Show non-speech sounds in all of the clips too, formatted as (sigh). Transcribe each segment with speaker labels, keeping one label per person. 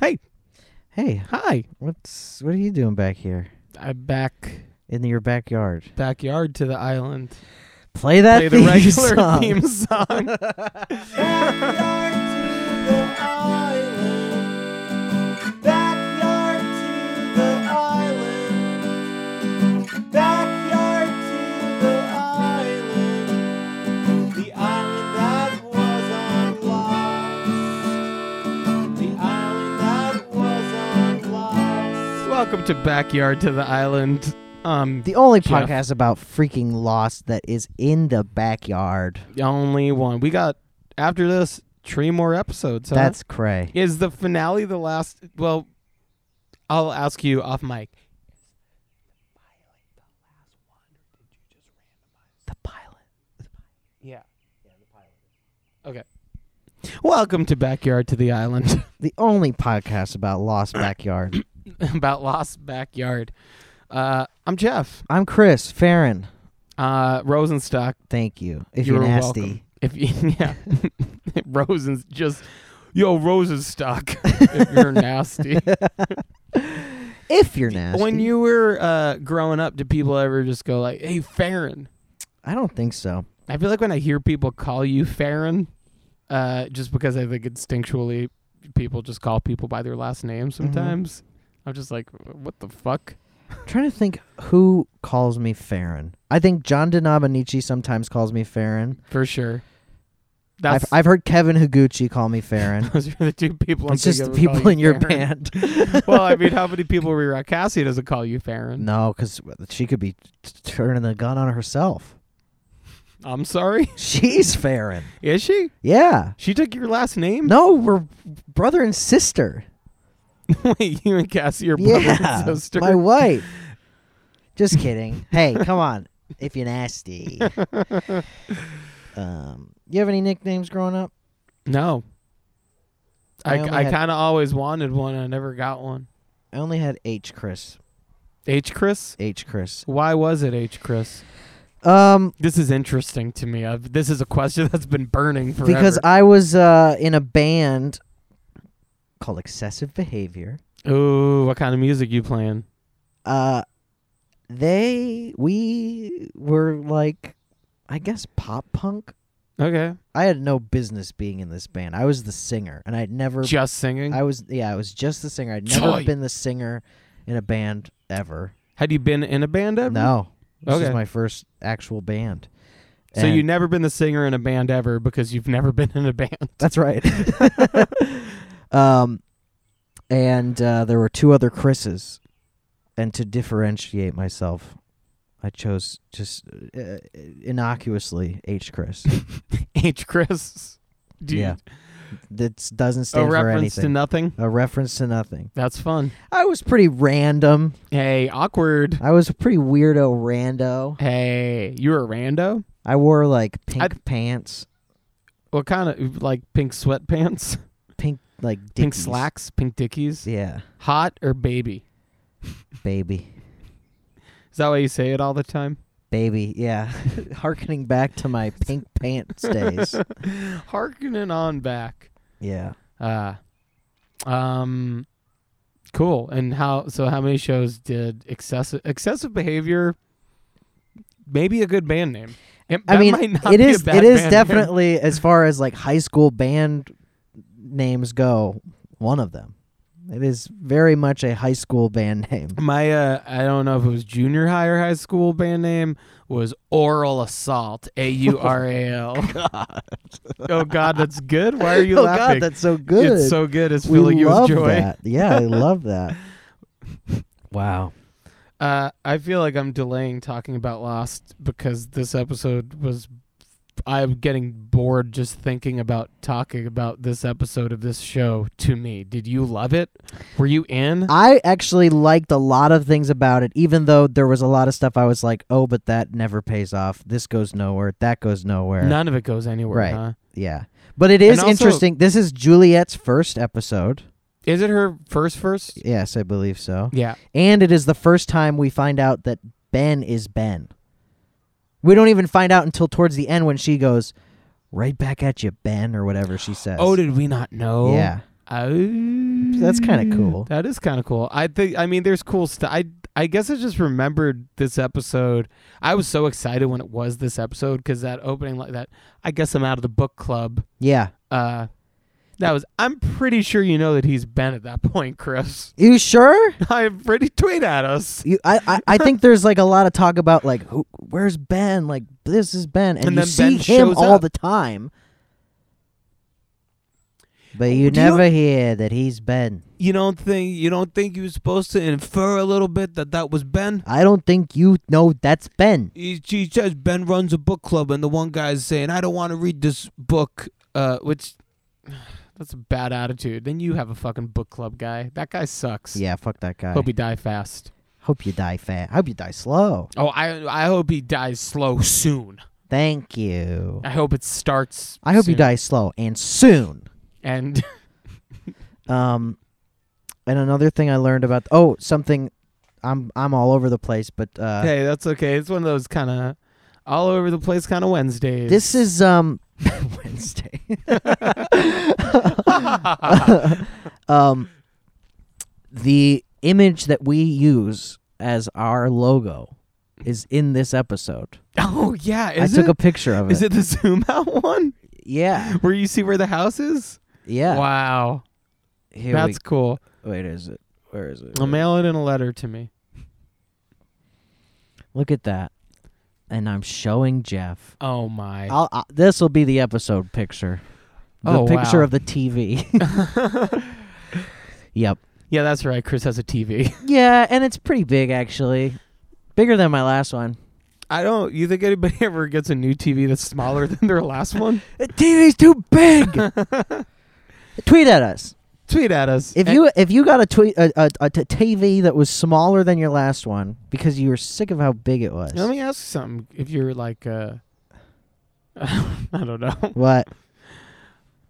Speaker 1: Hey,
Speaker 2: Hey, hi. What's what are you doing back here
Speaker 1: I'm back
Speaker 2: in your backyard?
Speaker 1: backyard to the island.
Speaker 2: Play that
Speaker 1: Play the
Speaker 2: theme
Speaker 1: regular
Speaker 2: song. (laughs)
Speaker 1: theme song. Welcome to Backyard to the Island. Um,
Speaker 2: The only
Speaker 1: Jeff.
Speaker 2: podcast about freaking Lost that is in the backyard.
Speaker 1: the only one we got after this three more episodes. Huh?
Speaker 2: That's cray.
Speaker 1: is the finale the last. Well, I'll ask you off mic.
Speaker 2: The pilot.
Speaker 1: Yeah. Okay. Welcome to Backyard to the Island. (laughs)
Speaker 2: The only podcast about (coughs) Lost backyard.
Speaker 1: About Lost Backyard. Uh, I'm Jeff.
Speaker 2: I'm Chris Farron.
Speaker 1: Uh, Rosenstock.
Speaker 2: Thank you. If
Speaker 1: You're
Speaker 2: you're, nasty.
Speaker 1: welcome. If you, (laughs) yeah. Rosen's just, yo, Rosenstock. (laughs) if you're nasty.
Speaker 2: If you're nasty.
Speaker 1: (laughs) When you were uh, growing up, did people ever just go like, hey, Farron?
Speaker 2: I don't think so.
Speaker 1: I feel like when I hear people call you Farron, uh, just because I think instinctually people just call people by their last name
Speaker 2: Mm-hmm.
Speaker 1: sometimes, I'm just like, what the fuck?
Speaker 2: trying to think who calls me Farron. I think John Dinabinici sometimes calls me Farron.
Speaker 1: For sure.
Speaker 2: I've,
Speaker 1: That's
Speaker 2: I've heard Kevin Higuchi call me Farron.
Speaker 1: (laughs) those are the two people. I'm
Speaker 2: it's just the
Speaker 1: thinking of who call
Speaker 2: people
Speaker 1: you
Speaker 2: in your
Speaker 1: Farron.
Speaker 2: band.
Speaker 1: well,
Speaker 2: (laughs)
Speaker 1: I mean, how many people were you around? Cassie doesn't call you Farron.
Speaker 2: No, because she could be t- turning the gun on herself.
Speaker 1: I'm sorry.
Speaker 2: She's Farron.
Speaker 1: Is she?
Speaker 2: Yeah.
Speaker 1: She took your
Speaker 2: (laughs)
Speaker 1: last name?
Speaker 2: No, we're brother and sister.
Speaker 1: Wait, you and Cassie are brother
Speaker 2: yeah.
Speaker 1: and sister.
Speaker 2: My wife. Just kidding. hey, come on. If you're (laughs) nasty. um, you have any nicknames growing up?
Speaker 1: no. I,
Speaker 2: I only
Speaker 1: I
Speaker 2: had-
Speaker 1: kind of always wanted one. I never got one.
Speaker 2: I only had H. Chris.
Speaker 1: H. Chris?
Speaker 2: H. Chris.
Speaker 1: Why was it H. Chris?
Speaker 2: Um,
Speaker 1: This is interesting to me. I've, this is a question (laughs) that's been burning forever.
Speaker 2: because I was uh, in a band called Excessive Behavior.
Speaker 1: ooh, what kind of music you playing?
Speaker 2: Uh, they we were like, I guess pop punk.
Speaker 1: Okay,
Speaker 2: I had no business being in this band. I was the singer, and I'd never.
Speaker 1: just singing.
Speaker 2: I was yeah, I was just the singer. I'd never
Speaker 1: Joy.
Speaker 2: been the singer in a band ever.
Speaker 1: Had you been in a band ever?
Speaker 2: No, this
Speaker 1: Okay.
Speaker 2: is my first actual band.
Speaker 1: So
Speaker 2: And-
Speaker 1: you've never been the singer in a band ever because you've never been in a band. (laughs)
Speaker 2: That's right. (laughs) um, and uh, there were two other Chris's, and to differentiate myself, I chose just uh, innocuously H
Speaker 1: (laughs)
Speaker 2: Chris.
Speaker 1: H. Chris. Do you-
Speaker 2: Yeah. that doesn't
Speaker 1: A
Speaker 2: stand for
Speaker 1: reference
Speaker 2: anything.
Speaker 1: to nothing.
Speaker 2: a reference to nothing.
Speaker 1: That's fun.
Speaker 2: I was pretty random.
Speaker 1: Hey, awkward.
Speaker 2: I was a pretty weirdo rando.
Speaker 1: Hey, you're a rando.
Speaker 2: I wore like pink
Speaker 1: I'd-
Speaker 2: pants,
Speaker 1: What kind of like pink sweatpants, (laughs)
Speaker 2: pink like dickies.
Speaker 1: pink slacks, pink dickies?
Speaker 2: Yeah,
Speaker 1: Hot or baby?
Speaker 2: baby,
Speaker 1: Is that why you say it all
Speaker 2: (laughs)
Speaker 1: the time?
Speaker 2: baby. Yeah, (laughs) harkening back to my pink pants days.
Speaker 1: Harkening on back.
Speaker 2: Yeah.
Speaker 1: Uh, um, cool. And how? So how many shows did excessive excessive behavior? Maybe a good band name. It-
Speaker 2: I
Speaker 1: that
Speaker 2: mean,
Speaker 1: might not
Speaker 2: it
Speaker 1: be a
Speaker 2: is
Speaker 1: bad
Speaker 2: it is
Speaker 1: band name.
Speaker 2: definitely as far as like high school band names go, one of them. It is very much a high school band
Speaker 1: (laughs)
Speaker 2: name. (laughs)
Speaker 1: My uh, I don't know if it was junior high or high school band name was Oral Assault. A U R A
Speaker 2: (laughs)
Speaker 1: L. Oh God, that's good. Why are you
Speaker 2: oh
Speaker 1: laughing?
Speaker 2: God, that's so good.
Speaker 1: It's so good. It's
Speaker 2: we
Speaker 1: filling you
Speaker 2: love
Speaker 1: with joy.
Speaker 2: that.
Speaker 1: (laughs)
Speaker 2: Yeah, I love that. Wow.
Speaker 1: Uh, I feel like I'm delaying talking about Lost because this episode was. I'm getting bored just thinking about talking about this episode of this show to me. Did you love it? Were you in?
Speaker 2: I actually liked a lot of things about it, even though there was a lot of stuff I was like, "Oh, but that never pays off. This goes nowhere. That goes nowhere."
Speaker 1: None of it goes anywhere,
Speaker 2: Right.
Speaker 1: huh?
Speaker 2: Yeah, but it is
Speaker 1: And also-
Speaker 2: interesting. This is Juliet's first episode.
Speaker 1: Is it her first first?
Speaker 2: Yes, I believe so.
Speaker 1: Yeah.
Speaker 2: And it is the first time we find out that Ben is Ben. We don't even find out until towards the end when she goes, right back at you, Ben, or whatever she says.
Speaker 1: Oh, did we not know?
Speaker 2: Yeah.
Speaker 1: Oh,
Speaker 2: That's kinda cool.
Speaker 1: That is kind of cool. I think. I mean, there's cool stuff. I I guess I just remembered this episode. I was so excited when it was this episode because that opening like that. I guess I'm out of the book club.
Speaker 2: Yeah.
Speaker 1: Uh, that was. I'm pretty sure you know that he's been at that (laughs) point, Chris.
Speaker 2: You sure?
Speaker 1: I'm pretty tweet at us.
Speaker 2: You, I, I, I
Speaker 1: (laughs)
Speaker 2: think there's like a lot of talk about like who, where's Ben? Like this is Ben, and,
Speaker 1: And
Speaker 2: you
Speaker 1: then
Speaker 2: see
Speaker 1: Ben
Speaker 2: him
Speaker 1: shows
Speaker 2: all
Speaker 1: up.
Speaker 2: the time, but you
Speaker 1: Oh, Do you-
Speaker 2: never hear that he's Ben.
Speaker 1: You don't think you don't think you were supposed to infer a little bit that that was Ben?
Speaker 2: I don't think you know that's Ben.
Speaker 1: He, she says Ben runs a book club, and the one guy's saying, "I don't want to read this book," uh, which (sighs) that's a bad attitude. Then you have a fucking book club guy. That guy sucks.
Speaker 2: Yeah, fuck that guy.
Speaker 1: Hope he die fast.
Speaker 2: Hope you die fat. Hope you die slow.
Speaker 1: Oh, I I hope he dies slow soon.
Speaker 2: Thank you.
Speaker 1: I hope it starts.
Speaker 2: I hope you
Speaker 1: soon.
Speaker 2: die slow and soon.
Speaker 1: And
Speaker 2: Um, and another thing I learned about oh something, I'm I'm all over the place, but (laughs) uh,
Speaker 1: hey, that's okay. It's one of those kind of all over the place kind of Wednesdays.
Speaker 2: this is um (laughs) Wednesday. (laughs) um, the image that we use as our logo is in this episode.
Speaker 1: (laughs) oh yeah, is
Speaker 2: I took
Speaker 1: it?
Speaker 2: a picture of it.
Speaker 1: Is it the (laughs) zoom out one
Speaker 2: Yeah,
Speaker 1: where you see where the house is?
Speaker 2: yeah.
Speaker 1: Wow,
Speaker 2: Here
Speaker 1: that's cool.
Speaker 2: we, wait, is it? Where is it?
Speaker 1: I'll mail it in a letter to me.
Speaker 2: Look at that, and I'm showing Jeff.
Speaker 1: Oh my!
Speaker 2: I'll, i this will be the episode picture. The
Speaker 1: Oh,
Speaker 2: picture
Speaker 1: wow.
Speaker 2: of the
Speaker 1: (laughs)
Speaker 2: TV. yep.
Speaker 1: yeah, that's right. Chris has a TV.
Speaker 2: Yeah, and it's pretty big actually. Bigger than my last one.
Speaker 1: (laughs) I don't. You think anybody (laughs) ever gets a new TV that's smaller than their last one?
Speaker 2: The TV's too big. (laughs) tweet at us.
Speaker 1: (laughs) Tweet at us
Speaker 2: If
Speaker 1: And-
Speaker 2: you if you got a tweet a, a, a t- TV that was smaller than your last one because you were sick of how big it was.
Speaker 1: Let me ask you something. If you're like, uh, (laughs) I don't know.
Speaker 2: What?
Speaker 1: (laughs)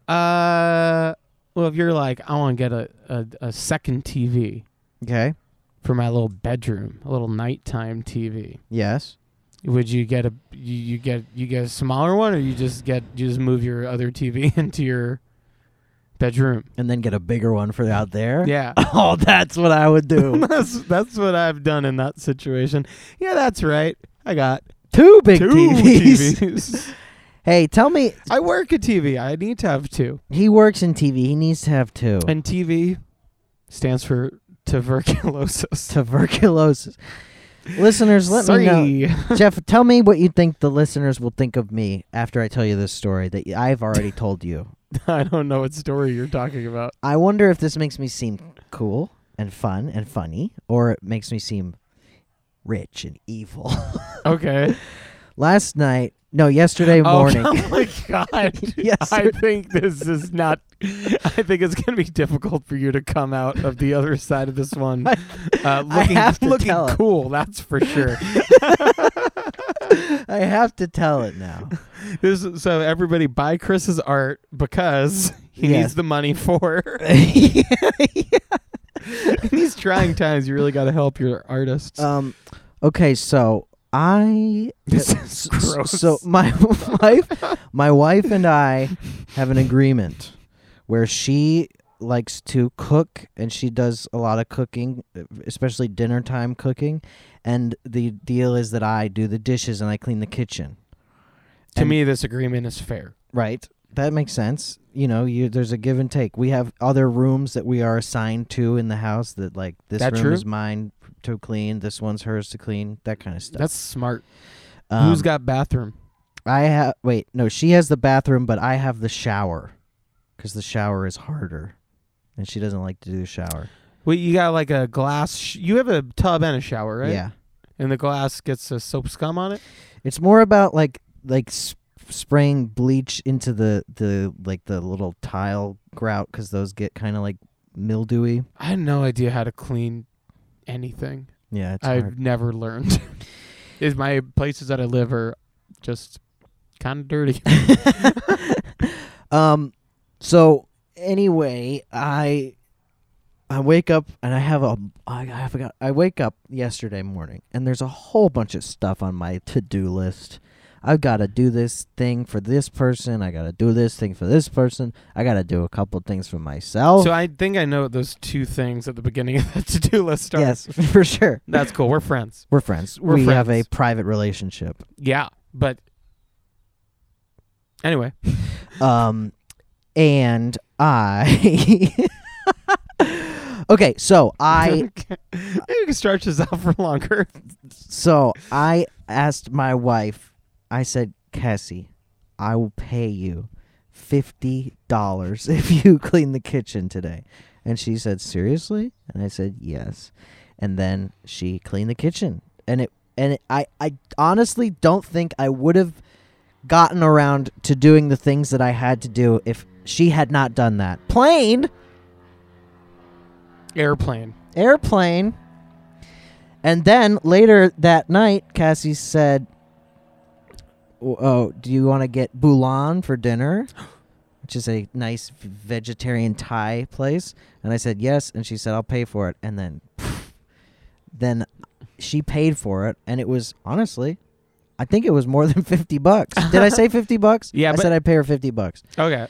Speaker 1: Uh, well, if you're like, I want to get a, a a second TV
Speaker 2: Okay.
Speaker 1: for my little bedroom, a little nighttime TV.
Speaker 2: Yes.
Speaker 1: Would you get a you, you get you get a smaller one, or you just get you just move your other TV (laughs) into your bedroom?
Speaker 2: And then get a bigger one for out there.
Speaker 1: Yeah.
Speaker 2: (laughs) Oh, that's what I would
Speaker 1: (laughs)
Speaker 2: do.
Speaker 1: that's that's what I've done in that situation. Yeah, that's right. I got
Speaker 2: two big
Speaker 1: two
Speaker 2: TVs.
Speaker 1: TVs.
Speaker 2: (laughs) Hey, tell me
Speaker 1: I work a TV. I need to have two.
Speaker 2: he works in TV. He needs to have two.
Speaker 1: And TV stands for
Speaker 2: (laughs)
Speaker 1: tuberculosis.
Speaker 2: tuberculosis. listeners, let
Speaker 1: Sorry.
Speaker 2: me know. (laughs) Jeff, tell me what you think the listeners will think of me after I tell you this story that I've
Speaker 1: (laughs)
Speaker 2: already told you.
Speaker 1: (laughs) I don't know what story you're
Speaker 2: (laughs)
Speaker 1: talking about.
Speaker 2: I wonder if this makes me seem cool and fun and funny, or it makes me seem rich and evil.
Speaker 1: Okay.
Speaker 2: (laughs) Last night, no, yesterday morning.
Speaker 1: Oh. (laughs) Oh, my god.
Speaker 2: (laughs) Yes,
Speaker 1: I
Speaker 2: sir.
Speaker 1: think this is not I think it's going to be difficult for you to come out of the other side of this one uh,
Speaker 2: (laughs) I
Speaker 1: looking
Speaker 2: have to
Speaker 1: looking
Speaker 2: tell it.
Speaker 1: cool, that's for sure.
Speaker 2: I have to tell it
Speaker 1: (laughs)
Speaker 2: now.
Speaker 1: This is- so everybody buy Chris's art because (laughs) he
Speaker 2: Yeah.
Speaker 1: needs the money for.
Speaker 2: (laughs)
Speaker 1: (laughs) In these trying times, you really got to help your artists.
Speaker 2: um, okay, so I
Speaker 1: (laughs) this (laughs)
Speaker 2: S-
Speaker 1: is gross.
Speaker 2: So my (laughs)
Speaker 1: (laughs)
Speaker 2: wife, my wife and I have an agreement where she likes to cook and she does a lot of cooking, especially dinner time cooking. And the deal is that I do the dishes and I clean the kitchen.
Speaker 1: to
Speaker 2: and-
Speaker 1: me, this agreement is fair.
Speaker 2: Right. That makes sense. You know, you there's a give and take. We have other rooms that we are assigned to in the house that like this
Speaker 1: That
Speaker 2: room
Speaker 1: true?
Speaker 2: is mine to clean, this one's hers to clean, that kind of stuff.
Speaker 1: That's smart.
Speaker 2: Um,
Speaker 1: Who's got bathroom?
Speaker 2: I have wait, no, she has the bathroom, but I have the shower because the shower is harder, and she doesn't like to do the shower.
Speaker 1: Wait, you got like a glass. Sh- you have a tub and a shower, right?
Speaker 2: Yeah,
Speaker 1: And the glass gets a soap scum on it.
Speaker 2: it's more about like like sp- spraying bleach into the the like the little tile grout because those get kind of like mildewy.
Speaker 1: I had no idea how to clean anything.
Speaker 2: Yeah, it's
Speaker 1: I've
Speaker 2: hard.
Speaker 1: never learned. (laughs) is my places that I live are just kind of dirty.
Speaker 2: Um, so anyway, I I wake up and I have a I, I forgot I wake up yesterday morning and there's a whole bunch of stuff on my to do list. I've got to do this thing for this person. I got to do this thing for this person. I got to do a couple things for myself.
Speaker 1: So I think I know what those two things at the beginning of the (laughs) to-do list are.
Speaker 2: yes, (laughs) for sure.
Speaker 1: That's cool. We're friends.
Speaker 2: We're friends.
Speaker 1: We're
Speaker 2: we have a
Speaker 1: friends.
Speaker 2: private relationship.
Speaker 1: Yeah, but anyway,
Speaker 2: Um, and I. (laughs) okay, so
Speaker 1: (laughs)
Speaker 2: I
Speaker 1: you can stretch this out for longer.
Speaker 2: so I asked my wife. I said, Cassie, I will pay you fifty dollars (laughs) if you clean the kitchen today. And she said, seriously? And I said, yes. And then she cleaned the kitchen, and it and it, I I honestly don't think I would have gotten around to doing the things that I had to do if she had not done that. Plane
Speaker 1: Airplane.
Speaker 2: airplane. And then later that night, Cassie said, "W- "Oh, do you want to get boulan for
Speaker 1: (gasps)
Speaker 2: dinner?" Which is a nice v- vegetarian Thai place. And I said yes, and she said I'll pay for it. And then, then she paid for it, and it was honestly, I think it was more than (laughs) fifty bucks. Did I
Speaker 1: (laughs)
Speaker 2: say fifty bucks?
Speaker 1: Yeah,
Speaker 2: I
Speaker 1: but-
Speaker 2: said I'd pay her fifty bucks.
Speaker 1: Okay.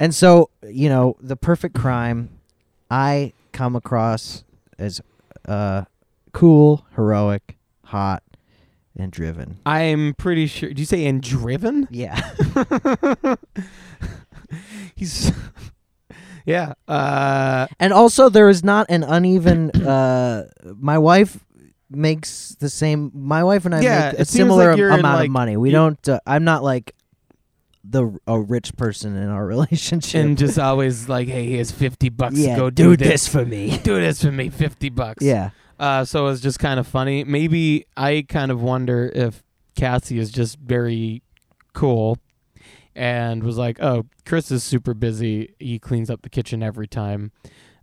Speaker 2: And so, you know, the perfect crime I come across as uh, cool, heroic, hot, and driven.
Speaker 1: I'm pretty sure. Did you say and (laughs) driven?
Speaker 2: Yeah. (laughs)
Speaker 1: He's. yeah. Uh,
Speaker 2: And also, there is not an uneven. (coughs) Uh, my wife makes the same. My wife and I
Speaker 1: Yeah,
Speaker 2: make
Speaker 1: it
Speaker 2: a
Speaker 1: seems
Speaker 2: similar
Speaker 1: like you're in,
Speaker 2: amount
Speaker 1: like,
Speaker 2: of money. We
Speaker 1: you-
Speaker 2: don't. Uh, I'm not like the a rich person in our (laughs) relationship.
Speaker 1: and just always like, hey, here's fifty bucks.
Speaker 2: yeah,
Speaker 1: go
Speaker 2: do
Speaker 1: this.
Speaker 2: this for me.
Speaker 1: Do this for me. Fifty bucks.
Speaker 2: Yeah.
Speaker 1: Uh, so it's just kind of funny. Maybe I kind of wonder if Cassie is just very cool and was like, "Oh, Chris is super busy. He cleans up the kitchen every time.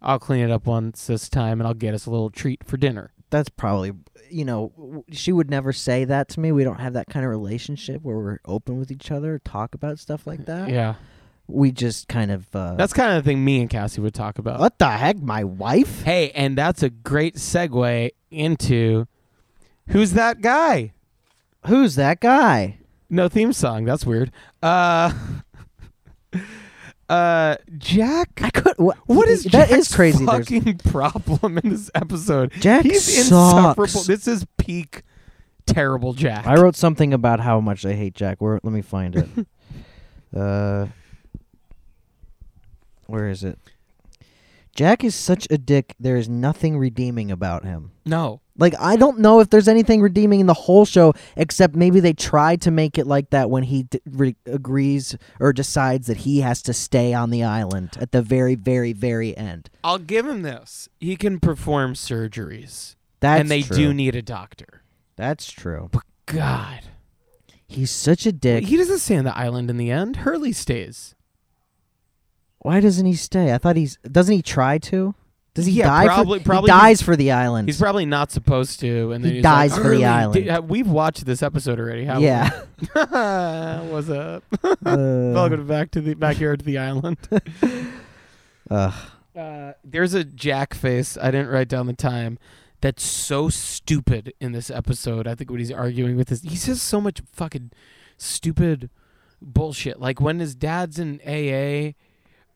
Speaker 1: I'll clean it up once this time, and I'll get us a little treat for dinner."
Speaker 2: that's probably you know w- she would never say that to me we don't have that kind of relationship where we're open with each other talk about stuff like that
Speaker 1: Mm, Yeah,
Speaker 2: we just kind of uh,
Speaker 1: that's kind of the thing me and Cassie would talk about.
Speaker 2: what the heck my wife
Speaker 1: Hey, and that's a great segue into who's that guy?
Speaker 2: who's that guy
Speaker 1: No theme song. That's weird. Uh, (laughs) uh, Jack.
Speaker 2: i could wh-
Speaker 1: What is
Speaker 2: that
Speaker 1: Jack's
Speaker 2: is crazy There's-
Speaker 1: fucking (laughs) problem in this episode?
Speaker 2: (laughs) jack
Speaker 1: He's insufferable.
Speaker 2: sucks (laughs)
Speaker 1: This is peak terrible Jack.
Speaker 2: i wrote something about how much i hate jack where let me find (laughs) it uh where is it jack is such a dick there is nothing redeeming about him
Speaker 1: no,
Speaker 2: Like I don't know if there's anything redeeming in the whole show except maybe they tried to make it like that when he d- re- agrees or decides that he has to stay on the island at the very very very end.
Speaker 1: I'll give him this. He can perform surgeries,
Speaker 2: That's
Speaker 1: and they
Speaker 2: true.
Speaker 1: do need a doctor.
Speaker 2: That's true.
Speaker 1: But God,
Speaker 2: He's such a dick.
Speaker 1: he doesn't stay on the island in the end. Hurley stays.
Speaker 2: Why doesn't he stay? I thought he's doesn't he try to? Does he
Speaker 1: Yeah,
Speaker 2: die
Speaker 1: probably-
Speaker 2: for
Speaker 1: probably
Speaker 2: he dies for the island.
Speaker 1: He's probably not supposed to, and
Speaker 2: He
Speaker 1: then he's like,
Speaker 2: dies for the
Speaker 1: "Hurley,
Speaker 2: island."
Speaker 1: di- we've watched this episode already. How
Speaker 2: yeah.
Speaker 1: (laughs) What's up?
Speaker 2: Uh,
Speaker 1: Welcome back to the backyard to the island.
Speaker 2: ugh.
Speaker 1: Uh, there's a Jack face. I didn't write down the time. That's so stupid in this episode. I think what he's arguing with is he says so much fucking stupid bullshit. Like when his dad's in AA,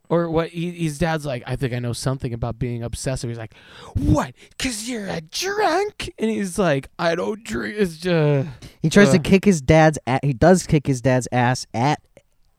Speaker 1: or what he, his dad's like, I think I know something about being obsessive. He's like, what? Cause you're a drunk, and he's like, I don't drink. It's just
Speaker 2: He tries to
Speaker 1: Ugh.
Speaker 2: kick his dad's a he does kick his dad's ass at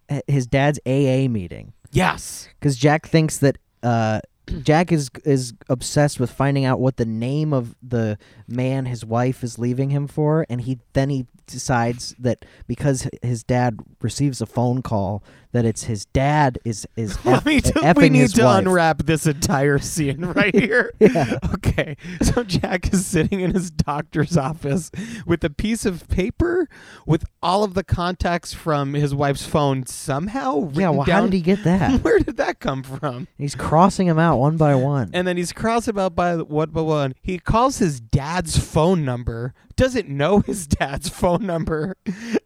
Speaker 2: at his dad's AA meeting.
Speaker 1: yes,
Speaker 2: because Jack thinks that uh, Jack is is obsessed with finding out what the name of the man his wife is leaving him for, and he then he decides that because h- his dad receives a phone call that it's his dad is is
Speaker 1: Let
Speaker 2: eff-
Speaker 1: me do-
Speaker 2: effing
Speaker 1: (laughs) we need
Speaker 2: his
Speaker 1: to
Speaker 2: wife.
Speaker 1: unwrap this entire scene right here.
Speaker 2: (laughs)
Speaker 1: (laughs)
Speaker 2: Yeah.
Speaker 1: Okay. So Jack is sitting in his doctor's office with a piece of paper with all of the contacts from his wife's phone somehow written
Speaker 2: Yeah, well, how
Speaker 1: down.
Speaker 2: did he get that?
Speaker 1: (laughs) Where did that come from?
Speaker 2: (laughs) He's crossing him out one by one.
Speaker 1: And then he's crossed about by the- one by one. He calls his dad's phone number, doesn't know his (laughs) dad's phone number,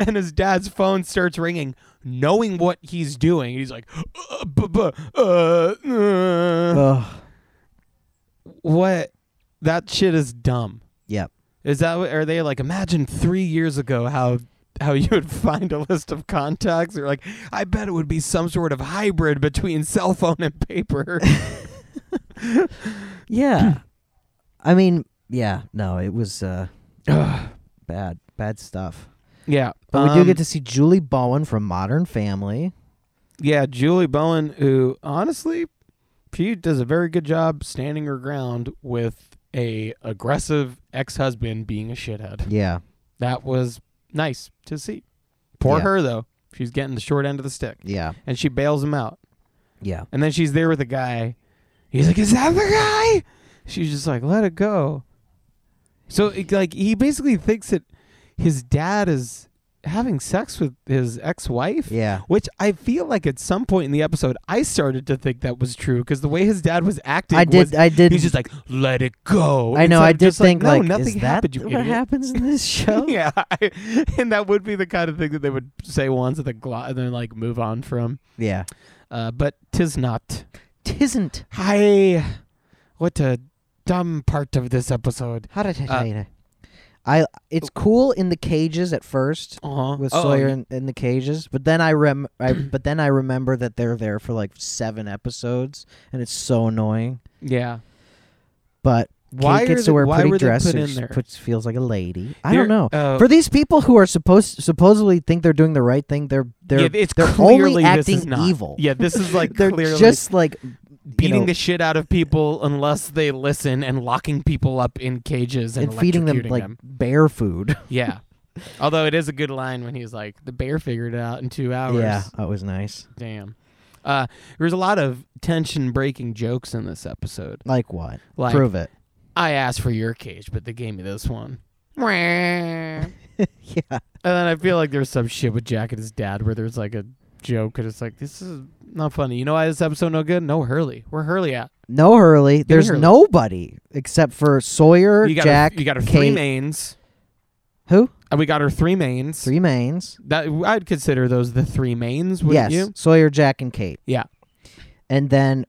Speaker 1: and his dad's phone starts ringing, knowing what he's doing. He's like, uh, buh, buh, uh, uh.
Speaker 2: Ugh.
Speaker 1: what that shit is dumb.
Speaker 2: Yep.
Speaker 1: Is that what, are they like imagine 3 years ago how how you would (laughs) find a list of contacts. Or like, I bet it would be some sort of hybrid between cell phone and
Speaker 2: (laughs)
Speaker 1: paper. (clears throat)
Speaker 2: Yeah. I mean, yeah, no, it was uh bad. Bad stuff.
Speaker 1: yeah,
Speaker 2: But we do
Speaker 1: um,
Speaker 2: get to see Julie Bowen from Modern Family.
Speaker 1: yeah, Julie Bowen, who honestly, she does a very good job standing her ground with a aggressive ex husband being a shithead.
Speaker 2: Yeah.
Speaker 1: That was nice to see. Poor
Speaker 2: Yeah.
Speaker 1: her though, she's getting the short end of the stick,
Speaker 2: Yeah.
Speaker 1: and she bails him out.
Speaker 2: Yeah.
Speaker 1: And then she's there with a guy. He's like, "Is that the guy?" She's just like, "Let it go." So it, like he basically thinks that his dad is having sex with his ex-wife.
Speaker 2: Yeah.
Speaker 1: Which I feel like at some point in the episode, I started to think that was true because the way his dad was acting,
Speaker 2: I did
Speaker 1: was-
Speaker 2: I did
Speaker 1: he's just like, "Let it go."
Speaker 2: I know.
Speaker 1: Instead
Speaker 2: I
Speaker 1: of
Speaker 2: did
Speaker 1: just
Speaker 2: think
Speaker 1: like,
Speaker 2: like,
Speaker 1: no,
Speaker 2: is
Speaker 1: nothing
Speaker 2: that
Speaker 1: happened. You
Speaker 2: what
Speaker 1: idiot."
Speaker 2: happens in
Speaker 1: (laughs)
Speaker 2: this show?
Speaker 1: Yeah, I- and that would be the kind of thing that they would say once at the glo- and then like move on from.
Speaker 2: yeah.
Speaker 1: Uh, but tis not.
Speaker 2: Tisn't.
Speaker 1: Hi. What a dumb part of this episode.
Speaker 2: How did I
Speaker 1: Uh,
Speaker 2: tell you that? I it's cool in the cages at first
Speaker 1: Uh-huh.
Speaker 2: with
Speaker 1: Oh,
Speaker 2: Sawyer
Speaker 1: yeah.
Speaker 2: in, in the cages, but then I rem I, but then I remember that they're there for like seven episodes, and it's so annoying.
Speaker 1: Yeah.
Speaker 2: But
Speaker 1: Why
Speaker 2: Kate
Speaker 1: are
Speaker 2: gets
Speaker 1: they,
Speaker 2: to wear
Speaker 1: why
Speaker 2: pretty
Speaker 1: were they
Speaker 2: dresses,
Speaker 1: put in there?
Speaker 2: puts feels like a lady. I
Speaker 1: They're-
Speaker 2: don't know.
Speaker 1: uh,
Speaker 2: For these people who are supposed supposedly think they're doing the right thing, they're they're
Speaker 1: yeah, it's
Speaker 2: they're
Speaker 1: clearly
Speaker 2: only
Speaker 1: this
Speaker 2: acting
Speaker 1: is not.
Speaker 2: evil.
Speaker 1: Yeah, this is like
Speaker 2: (laughs) they're
Speaker 1: clearly
Speaker 2: just like you
Speaker 1: beating
Speaker 2: know,
Speaker 1: the shit out of people unless they listen and locking people up in cages and,
Speaker 2: and feeding them
Speaker 1: electrocuting
Speaker 2: like bear food. (laughs)
Speaker 1: yeah. Although it is a good line when he's like, "The bear figured it out in two (laughs) hours."
Speaker 2: Yeah, that was nice.
Speaker 1: Damn. Uh, there's a lot of tension-breaking jokes in this episode.
Speaker 2: Like what?
Speaker 1: Like,
Speaker 2: Prove it.
Speaker 1: I asked for your cage, but they gave me this one. (laughs) and
Speaker 2: (laughs) Yeah.
Speaker 1: then I feel like there's some shit with Jack and his dad where there's like a joke, and it's like, this is not funny. You know why this episode no good? No Hurley. Where Hurley at?
Speaker 2: No Hurley. There's
Speaker 1: Hurley.
Speaker 2: nobody except for Sawyer,
Speaker 1: You got
Speaker 2: Jack,
Speaker 1: her, you got her three
Speaker 2: Kate.
Speaker 1: mains.
Speaker 2: Who?
Speaker 1: Uh, We got her three mains.
Speaker 2: Three mains.
Speaker 1: That I'd consider those the three mains, wouldn't
Speaker 2: yes.
Speaker 1: you?
Speaker 2: Sawyer, Jack, and Kate.
Speaker 1: Yeah.
Speaker 2: And then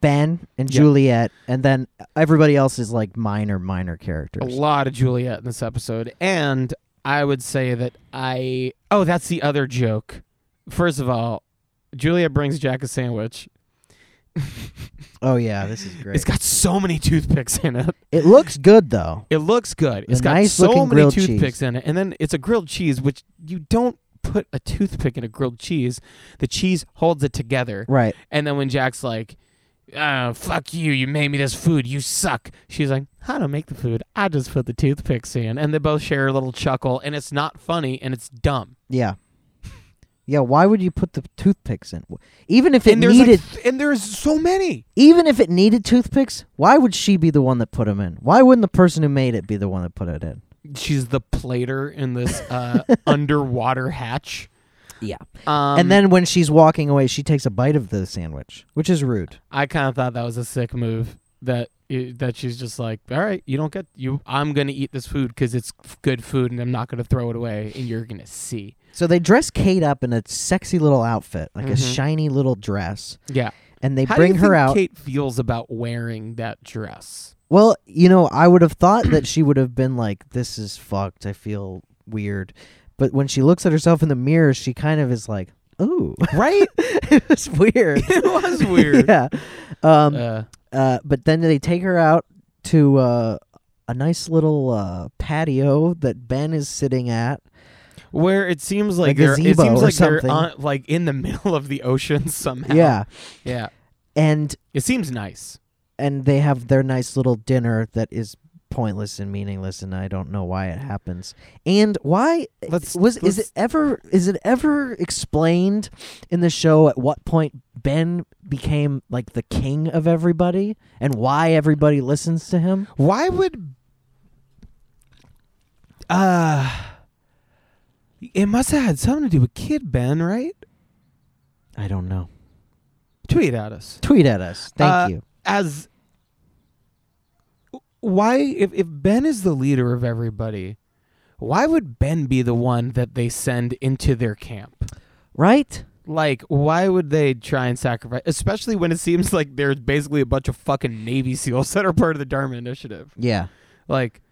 Speaker 2: Ben and
Speaker 1: Yeah.
Speaker 2: Juliet, and then everybody else is like minor, minor
Speaker 1: A
Speaker 2: characters.
Speaker 1: lot of Juliet in this episode, and I would say that I. Oh, that's the other joke. First of all, Juliet brings Jack a sandwich.
Speaker 2: Oh yeah, this is great.
Speaker 1: It's got so many toothpicks in
Speaker 2: (laughs)
Speaker 1: it.
Speaker 2: it looks good though.
Speaker 1: It looks good. It's
Speaker 2: A
Speaker 1: got
Speaker 2: nice
Speaker 1: so
Speaker 2: looking
Speaker 1: many
Speaker 2: grilled
Speaker 1: toothpicks
Speaker 2: cheese.
Speaker 1: in it. And then it's a grilled cheese, which you don't put a toothpick in a grilled cheese. The cheese holds it together.
Speaker 2: Right.
Speaker 1: And then when Jack's like, oh, fuck you, you made me this food, you suck. She's like, I don't make the food. I just put the toothpicks in. And they both share a little chuckle, and it's not funny and it's dumb. (laughs)
Speaker 2: Yeah. Yeah, why would you put the toothpicks in? Even if it
Speaker 1: And there's like
Speaker 2: needed
Speaker 1: th- and there's so many.
Speaker 2: even if it needed toothpicks, why would she be the one that put them in? Why wouldn't the person who made it be the one that put it in?
Speaker 1: She's the plater in this
Speaker 2: (laughs)
Speaker 1: uh, underwater hatch.
Speaker 2: Yeah.
Speaker 1: Um,
Speaker 2: and then when she's walking away, she takes a bite of the sandwich, which is rude.
Speaker 1: I kind of thought that was a sick move that that she's just like, all right, you don't get you. I'm gonna eat this food because it's f- good food, and I'm not gonna throw it away, and you're gonna see.
Speaker 2: So they dress Kate up in a sexy little outfit, like a
Speaker 1: Mhm.
Speaker 2: shiny little dress,
Speaker 1: Yeah,
Speaker 2: and they
Speaker 1: How do you
Speaker 2: bring her
Speaker 1: think
Speaker 2: out.
Speaker 1: Kate feels about wearing that dress.
Speaker 2: well, you know, I would have thought that she would have been like, "This is fucked. I feel weird." But when she looks at herself in the mirror, she kind of is like, "Ooh,
Speaker 1: Right?
Speaker 2: (laughs) it was weird."
Speaker 1: (laughs) it was
Speaker 2: (laughs)
Speaker 1: weird.
Speaker 2: yeah. Um,
Speaker 1: Uh,
Speaker 2: uh, but then they take her out to uh, a nice little uh, patio that Ben is sitting at.
Speaker 1: where it seems like
Speaker 2: A
Speaker 1: they're, it
Speaker 2: gazebo
Speaker 1: seems
Speaker 2: or
Speaker 1: like
Speaker 2: something.
Speaker 1: they're on, like in the (laughs) middle of the ocean (laughs) somehow.
Speaker 2: Yeah,
Speaker 1: yeah.
Speaker 2: and
Speaker 1: It seems nice.
Speaker 2: and they have their nice little dinner that is pointless and meaningless, and I don't know why it happens. And why
Speaker 1: Let's-
Speaker 2: was is
Speaker 1: let's-
Speaker 2: it ever is it ever explained in the show at what point Ben became like the king of everybody and why everybody listens to him?
Speaker 1: Why would uh it must have had something to do with Kid Ben, right?
Speaker 2: I don't know.
Speaker 1: Tweet at us.
Speaker 2: Tweet at us. Thank
Speaker 1: Uh,
Speaker 2: you.
Speaker 1: As why if, if Ben is the leader of everybody, why would Ben be the one that they send into their camp?
Speaker 2: Right?
Speaker 1: Like, why would they try and sacrifice especially when it seems like there's (laughs) basically a bunch of fucking Navy SEALs that are part of the Dharma initiative?
Speaker 2: Yeah.
Speaker 1: Like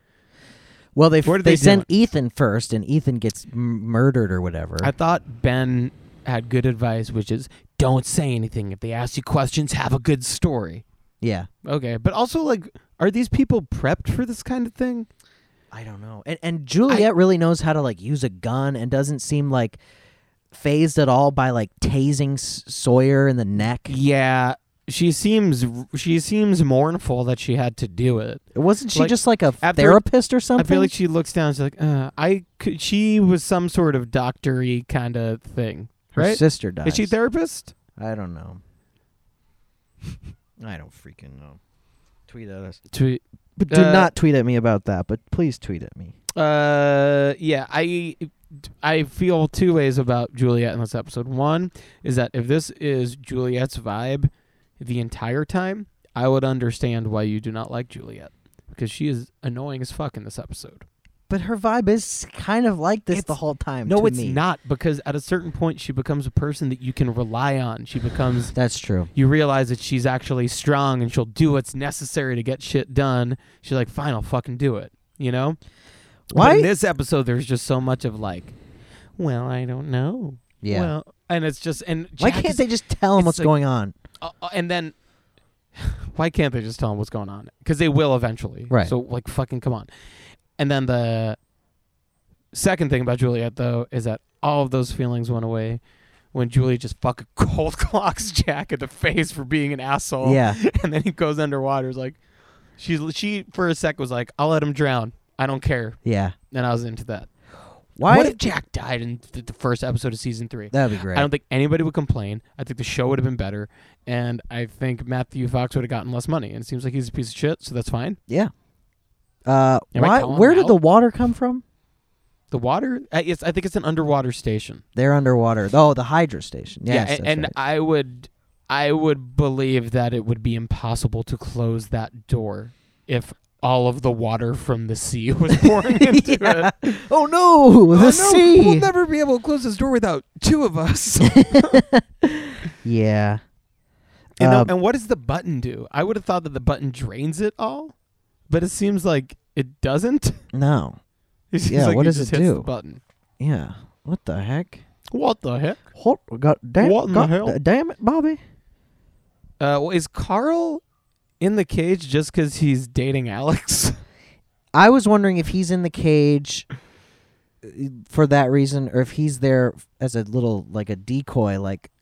Speaker 2: Well, they f-
Speaker 1: What
Speaker 2: they,
Speaker 1: did they do?
Speaker 2: send Ethan first, and Ethan gets m- murdered or whatever.
Speaker 1: I thought Ben had good advice, which is don't say anything. If they ask you questions, have a good story.
Speaker 2: yeah,
Speaker 1: Okay, but also like, are these people prepped for this kind of thing?
Speaker 2: I don't know. And and Juliet really knows how to like use a gun and doesn't seem like phased at all by like tasing S- Sawyer in the neck.
Speaker 1: Yeah, she seems she seems mournful that she had to do it.
Speaker 2: Wasn't she
Speaker 1: Like,
Speaker 2: just like a
Speaker 1: after-
Speaker 2: therapist or something?
Speaker 1: I feel like she looks down. She's like, uh, I. Could, she was some sort of doctory kind of thing,
Speaker 2: her
Speaker 1: right?
Speaker 2: sister dies.
Speaker 1: Is she therapist?
Speaker 2: I don't know. (laughs) I don't freaking know. Tweet at us.
Speaker 1: To,
Speaker 2: But do
Speaker 1: do Uh,
Speaker 2: not
Speaker 1: not
Speaker 2: tweet at me about that. But please tweet at me.
Speaker 1: uh, yeah, I. I feel two ways about Juliet in this episode. One is that if this is Juliet's vibe the entire time, I would understand why you do not like Juliet because she is annoying as fuck in this episode.
Speaker 2: But her vibe is kind of like this the
Speaker 1: It's-
Speaker 2: whole time.
Speaker 1: No,
Speaker 2: to
Speaker 1: it's
Speaker 2: me.
Speaker 1: not because at a certain point she becomes a person that you can rely on. She becomes
Speaker 2: That's true.
Speaker 1: you realize that she's actually strong and she'll do what's necessary to get shit done. She's like, fine, I'll fucking do it. You know? But
Speaker 2: Why?
Speaker 1: in this episode, there's just so much of like, well, I don't know.
Speaker 2: yeah.
Speaker 1: Well, and it's just and
Speaker 2: Why
Speaker 1: Jack
Speaker 2: can't
Speaker 1: is-
Speaker 2: they just tell him
Speaker 1: it's
Speaker 2: what's
Speaker 1: like-
Speaker 2: going on?
Speaker 1: uh, uh, and then (laughs) why can't they just tell him what's going on? Because they will eventually.
Speaker 2: Right.
Speaker 1: So like, fucking come on. And then the second thing about Juliet though is that all of those feelings went away when Juliet just (laughs) fucking cold clocks Jack in the face for being an asshole.
Speaker 2: Yeah.
Speaker 1: (laughs) and then he goes underwater. Is like, she's she for a sec was like, "I'll let him drown. I don't care." (laughs)
Speaker 2: Yeah.
Speaker 1: And I was into that.
Speaker 2: Why?
Speaker 1: What if Jack died in th- the first episode of season three?
Speaker 2: That'd be great.
Speaker 1: I don't think anybody would complain. I think the show would have been better, and I think Matthew Fox would have gotten less money. And it seems like he's a piece of shit, so that's fine.
Speaker 2: yeah. Uh,
Speaker 1: Am I
Speaker 2: why?
Speaker 1: calling
Speaker 2: Where
Speaker 1: him
Speaker 2: did the
Speaker 1: out?
Speaker 2: water come from?
Speaker 1: The water, I, it's, I think it's an underwater station.
Speaker 2: They're underwater. Oh, the hydro station. Yes,
Speaker 1: yeah, a-
Speaker 2: that's
Speaker 1: and,
Speaker 2: right.
Speaker 1: I would, I would believe that it would be impossible to close that door if all of the water from the sea (laughs)
Speaker 2: (laughs)
Speaker 1: was pouring into
Speaker 2: Yeah.
Speaker 1: it.
Speaker 2: Oh no, the
Speaker 1: Oh,
Speaker 2: sea.
Speaker 1: We'll never be able to close this door without two of (laughs) us. and,
Speaker 2: yeah.
Speaker 1: the-
Speaker 2: Um,
Speaker 1: and what does the button do? I would have thought that the button drains it all, but it seems like it doesn't. (laughs)
Speaker 2: No.
Speaker 1: It seems
Speaker 2: Yeah,
Speaker 1: like
Speaker 2: what
Speaker 1: he
Speaker 2: does
Speaker 1: just
Speaker 2: it
Speaker 1: hits
Speaker 2: do?
Speaker 1: The button.
Speaker 2: Yeah. What the heck?
Speaker 1: What the heck?
Speaker 2: What? God damn!
Speaker 1: What in the
Speaker 2: God
Speaker 1: hell?
Speaker 2: damn it, Bobby!
Speaker 1: Uh, well, is Carl in the cage just because he's dating Alex? (laughs)
Speaker 2: I was wondering if he's in the cage uh, for that reason, or if he's there as a little like a decoy, like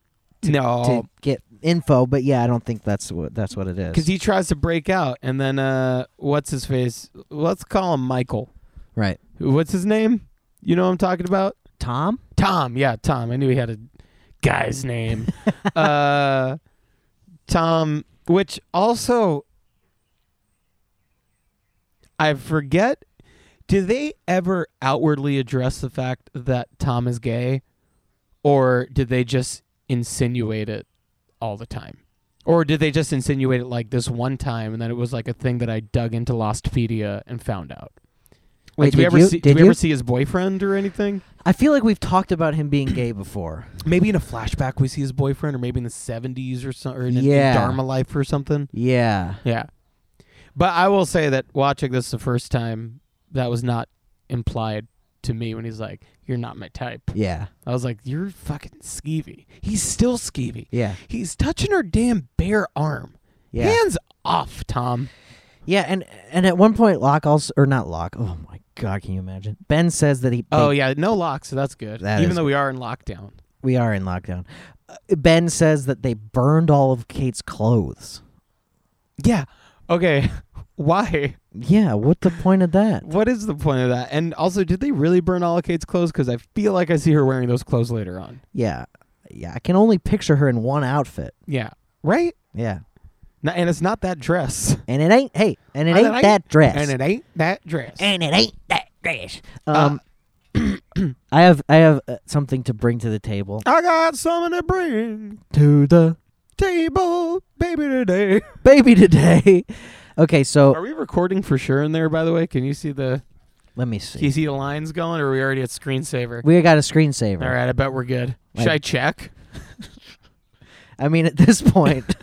Speaker 1: no,
Speaker 2: to get info. But yeah, I don't think that's what that's what it is.
Speaker 1: because he tries to break out, and then uh, what's his face? Let's call him Michael.
Speaker 2: right,
Speaker 1: What's his name? You know what I'm talking about?
Speaker 2: Tom.
Speaker 1: Tom. Yeah, Tom. I knew he had a
Speaker 2: (laughs)
Speaker 1: guy's name. uh, Tom, which also I forget. Do they ever outwardly address the fact that Tom is gay, or did they just insinuate it all the time? Or did they just insinuate it like this one time, and then it was like a thing that I dug into Lostpedia and found out?
Speaker 2: Wait,
Speaker 1: Like, do we
Speaker 2: did
Speaker 1: ever
Speaker 2: you-
Speaker 1: see?
Speaker 2: did
Speaker 1: do we
Speaker 2: you?
Speaker 1: ever see his boyfriend or anything?
Speaker 2: I feel like we've talked about him being gay before.
Speaker 1: maybe in a flashback we see his boyfriend, or maybe in the seventies or something, or in,
Speaker 2: Yeah.
Speaker 1: in Dharma Life or something.
Speaker 2: Yeah,
Speaker 1: Yeah, but I will say that watching this the first time, that was not implied to me when he's like, "You're not my type."
Speaker 2: yeah,
Speaker 1: I was like, "You're fucking skeevy." He's still skeevy.
Speaker 2: yeah,
Speaker 1: He's touching her damn bare arm.
Speaker 2: yeah,
Speaker 1: Hands off, Tom.
Speaker 2: yeah. And and at one point, Locke also or not Locke. Oh my God, can you imagine? Ben says that he.
Speaker 1: Oh yeah, no lock, so that's good.
Speaker 2: That
Speaker 1: Even
Speaker 2: is
Speaker 1: though we are in lockdown.
Speaker 2: we are in lockdown. Uh, Ben says that they burned all of Kate's clothes.
Speaker 1: Yeah. Okay. (laughs) Why?
Speaker 2: Yeah, what the point of that?
Speaker 1: What is the point of that? And also, did they really burn all of Kate's clothes? Because I feel like I see her wearing those clothes later on.
Speaker 2: Yeah, yeah. I can only picture her in one outfit.
Speaker 1: Yeah. Right?
Speaker 2: Yeah,
Speaker 1: N- and it's not that dress.
Speaker 2: and it ain't. Hey, and it
Speaker 1: And it
Speaker 2: ain't
Speaker 1: ain't-
Speaker 2: that dress.
Speaker 1: And it ain't that dress.
Speaker 2: And it ain't that dress. Um, (clears throat) I have I have uh, something to bring to the table.
Speaker 1: I got something to bring
Speaker 2: To the
Speaker 1: table, baby, today.
Speaker 2: baby today. (laughs) okay, so
Speaker 1: Are we recording for sure in there, by the way? Can you see the
Speaker 2: let me
Speaker 1: can you
Speaker 2: see.
Speaker 1: see the lines going, or are we already at screensaver?
Speaker 2: We got a screensaver.
Speaker 1: all right, I bet we're good. Should
Speaker 2: Like-
Speaker 1: I check?
Speaker 2: I mean, at this
Speaker 1: (laughs)
Speaker 2: point,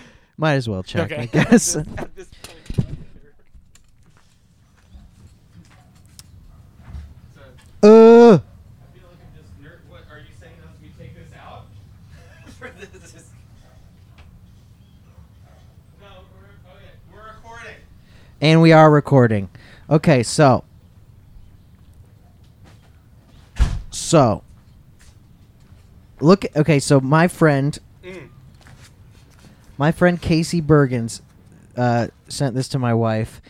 Speaker 2: (laughs) might as well check. I guess. Uh, And we are recording. Okay, so. So. Look, okay, so my friend. My friend Casey Bergens uh, sent this to my wife,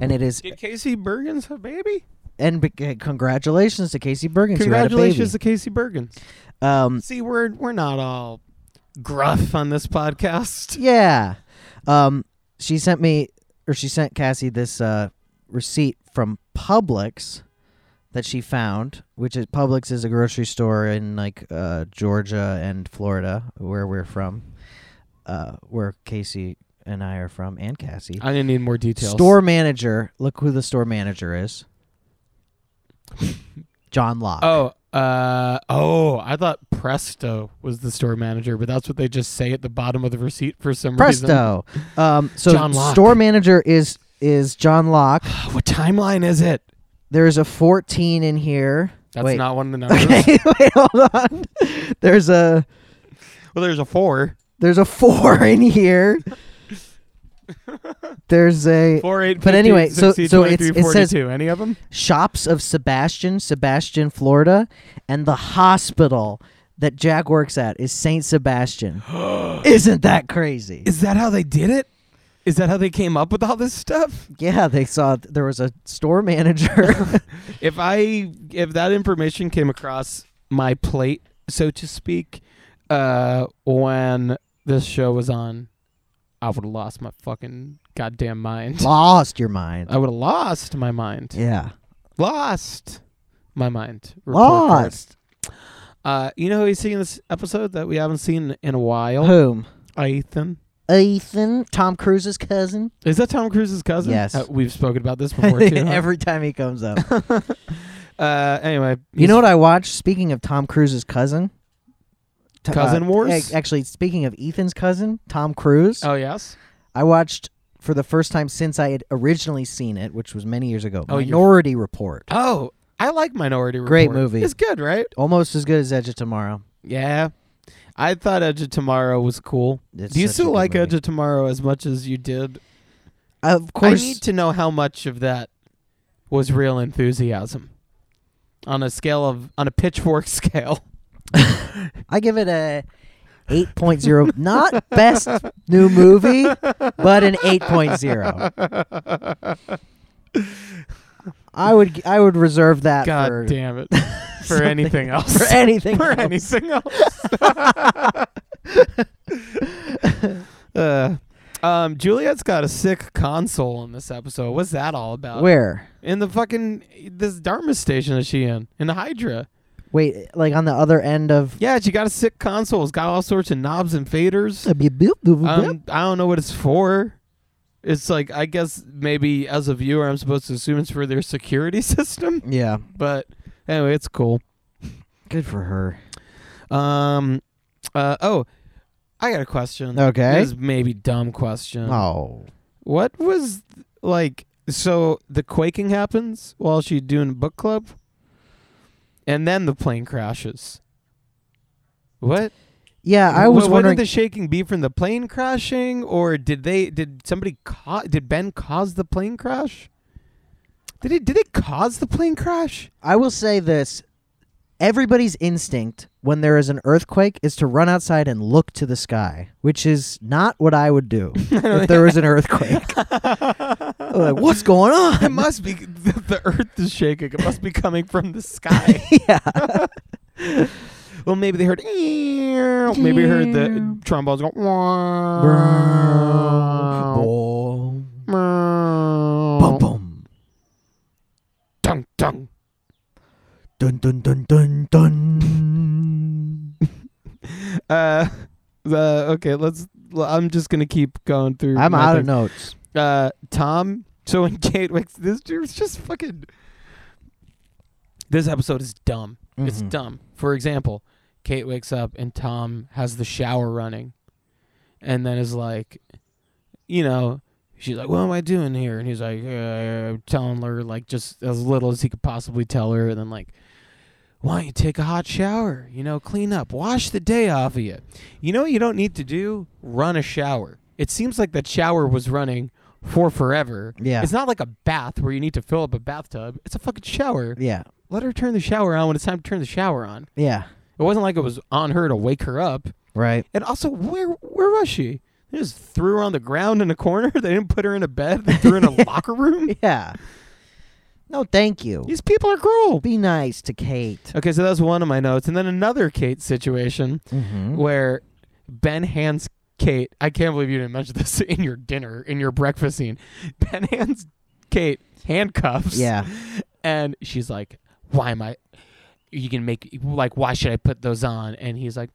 Speaker 2: and it is.
Speaker 1: Did Casey Bergens have a baby?
Speaker 2: And be- uh, congratulations to Casey Bergens. who had a
Speaker 1: Congratulations to
Speaker 2: baby.
Speaker 1: Casey Bergens.
Speaker 2: Um,
Speaker 1: See, we're we're not all gruff on this podcast.
Speaker 2: Yeah. Um, she sent me, or she sent Cassie this uh, receipt from Publix that she found, which is Publix is a grocery store in like uh, Georgia and Florida, where we're from, uh, where Casey and I are from, and Cassie.
Speaker 1: I didn't need more details.
Speaker 2: Store manager. Look who the store manager is. John Locke.
Speaker 1: Oh, uh, oh! I thought Presto was the store manager, but that's what they just say at the bottom of the receipt for some reason. (gasps)
Speaker 2: Presto. Um, so
Speaker 1: John Locke.
Speaker 2: store manager is is John Locke.
Speaker 1: Presto. What timeline is it?
Speaker 2: There's a 14 in here.
Speaker 1: That's
Speaker 2: Wait. (laughs)
Speaker 1: not (laughs) one of the numbers.
Speaker 2: Okay, wait, hold on. There's a
Speaker 1: Well, there's a four,
Speaker 2: there's a 4 in
Speaker 1: (laughs)
Speaker 2: here. There's a
Speaker 1: four, eight.
Speaker 2: But
Speaker 1: 15,
Speaker 2: anyway, so-
Speaker 1: 16,
Speaker 2: so it's-
Speaker 1: 23,
Speaker 2: it says-
Speaker 1: 42. any of them.
Speaker 2: Shops of Sebastian, Sebastian, Florida, and the hospital that Jack works at is St.
Speaker 1: (gasps)
Speaker 2: Sebastian. Isn't that crazy?
Speaker 1: Is that how they did it? Is that how they came up with all this stuff?
Speaker 2: Yeah, they saw th- there was a store
Speaker 1: (laughs)
Speaker 2: manager. (laughs)
Speaker 1: If I if that information came across my plate, so to speak, uh, when this show was on, I would have lost my fucking goddamn mind.
Speaker 2: Lost your mind.
Speaker 1: I would have lost my mind.
Speaker 2: Yeah.
Speaker 1: Lost my mind. Report card.
Speaker 2: Lost.
Speaker 1: Uh, you know who he's seeing this episode that we haven't seen in a while?
Speaker 2: Whom?
Speaker 1: Ethan.
Speaker 2: Ethan, Tom Cruise's cousin.
Speaker 1: Is that Tom Cruise's cousin?
Speaker 2: Yes.
Speaker 1: Uh, we've spoken about this
Speaker 2: (laughs)
Speaker 1: before too. huh?
Speaker 2: Every time he comes up.
Speaker 1: uh, anyway,
Speaker 2: You know what I watched? Speaking of Tom Cruise's cousin, T-
Speaker 1: Cousin Wars?
Speaker 2: ac- Actually, speaking of Ethan's cousin, Tom Cruise,
Speaker 1: Oh yes.
Speaker 2: I watched for the first time since I had originally seen it, which was many years ago.
Speaker 1: Oh, you're-
Speaker 2: Minority Report,
Speaker 1: Oh, I like Minority Report.
Speaker 2: Great movie.
Speaker 1: It's good, right?
Speaker 2: almost as good as Edge of Tomorrow.
Speaker 1: Yeah. I thought Edge of Tomorrow was cool.
Speaker 2: It's
Speaker 1: Do you
Speaker 2: such a
Speaker 1: still
Speaker 2: good
Speaker 1: like
Speaker 2: movie.
Speaker 1: Edge of Tomorrow as much as you did?
Speaker 2: Of course,
Speaker 1: I need to know how much of that was real enthusiasm on a scale of on a pitchfork (laughs) scale.
Speaker 2: I give it a. 8.0 (laughs) not best new movie but an
Speaker 1: (laughs)
Speaker 2: 8.0 I would g- I would reserve that
Speaker 1: God
Speaker 2: for
Speaker 1: damn it. For anything else.
Speaker 2: for anything
Speaker 1: (laughs) For
Speaker 2: else.
Speaker 1: anything else. (laughs) uh, um, Juliet's got a sick console in this episode. What's that all about?
Speaker 2: Where?
Speaker 1: In the fucking this Dharma station is she in? In the Hydra.
Speaker 2: Wait, like on the other end of.
Speaker 1: Yeah, she got a sick console. It's got all sorts of knobs and faders. Um, I don't know what it's for. It's like I guess maybe as a viewer I'm supposed to assume it's for their security (laughs) system.
Speaker 2: yeah,
Speaker 1: But anyway, it's cool.
Speaker 2: good for her.
Speaker 1: Um uh oh, I got a question.
Speaker 2: Okay.
Speaker 1: This is maybe dumb question.
Speaker 2: Oh,
Speaker 1: What was like? So the quaking happens while she's doing book club, and then the plane crashes. What?
Speaker 2: yeah. I
Speaker 1: Wh-
Speaker 2: was
Speaker 1: what
Speaker 2: wondering.
Speaker 1: did the shaking be from the plane crashing, or did they? Did somebody? Ca- did Ben cause the plane crash? Did it? Did it cause the
Speaker 2: (laughs)
Speaker 1: plane crash?
Speaker 2: I will say this: everybody's instinct when there is an earthquake is to run outside and look to the sky, which is not what I would
Speaker 1: (laughs)
Speaker 2: do if there was an earthquake. I'm like, what's going
Speaker 1: (laughs) It
Speaker 2: on?
Speaker 1: must be the, the Earth is shaking. It must be coming from the sky.
Speaker 2: yeah,
Speaker 1: (laughs) Well, maybe they heard. "Eeeow." Maybe heard the trombones go. "Wow."
Speaker 2: boom,
Speaker 1: Meow.
Speaker 2: boom, boom,
Speaker 1: Dun, dun.
Speaker 2: dun, dun, dun, dun, dun.
Speaker 1: Uh, the- okay, let's. l- I'm just gonna keep going through.
Speaker 2: I'm
Speaker 1: my
Speaker 2: out of
Speaker 1: thing.
Speaker 2: notes.
Speaker 1: Uh, Tom. So in Gateway, this dude's just fucking. This episode is dumb. It's
Speaker 2: Mhm.
Speaker 1: dumb. For example, Kate wakes up and Tom has the shower running, and then is like, you know, she's like, "What am I doing here?" And he's like, uh, telling her like just as little as he could possibly tell her, and then like, "Why don't you take a hot shower? You know, clean up, wash the day off of you. You know what you don't need to do? Run a shower. It seems like that shower was running for forever.
Speaker 2: Yeah.
Speaker 1: It's not like a bath where you need to fill up a bathtub. It's a fucking shower.
Speaker 2: Yeah.
Speaker 1: Let her turn the shower on when it's time to turn the shower on.
Speaker 2: Yeah.
Speaker 1: It wasn't like it was on her to wake her up.
Speaker 2: Right.
Speaker 1: And also, where where was she? They just threw her on the ground in a corner. (laughs) They didn't put her in a bed. They threw her
Speaker 2: (laughs)
Speaker 1: in a locker room.
Speaker 2: Yeah. No, thank you.
Speaker 1: These people are cruel.
Speaker 2: Be nice to
Speaker 1: (laughs)
Speaker 2: Kate.
Speaker 1: Okay, so that's one of my notes. And then another Kate situation
Speaker 2: Mm-hmm.
Speaker 1: where Ben hands Kate. I can't believe you didn't mention this (laughs) in your dinner, in your breakfast scene. Ben hands Kate handcuffs.
Speaker 2: Yeah.
Speaker 1: And she's like, Why am I? You can make, like, why should I put those on? And he's like,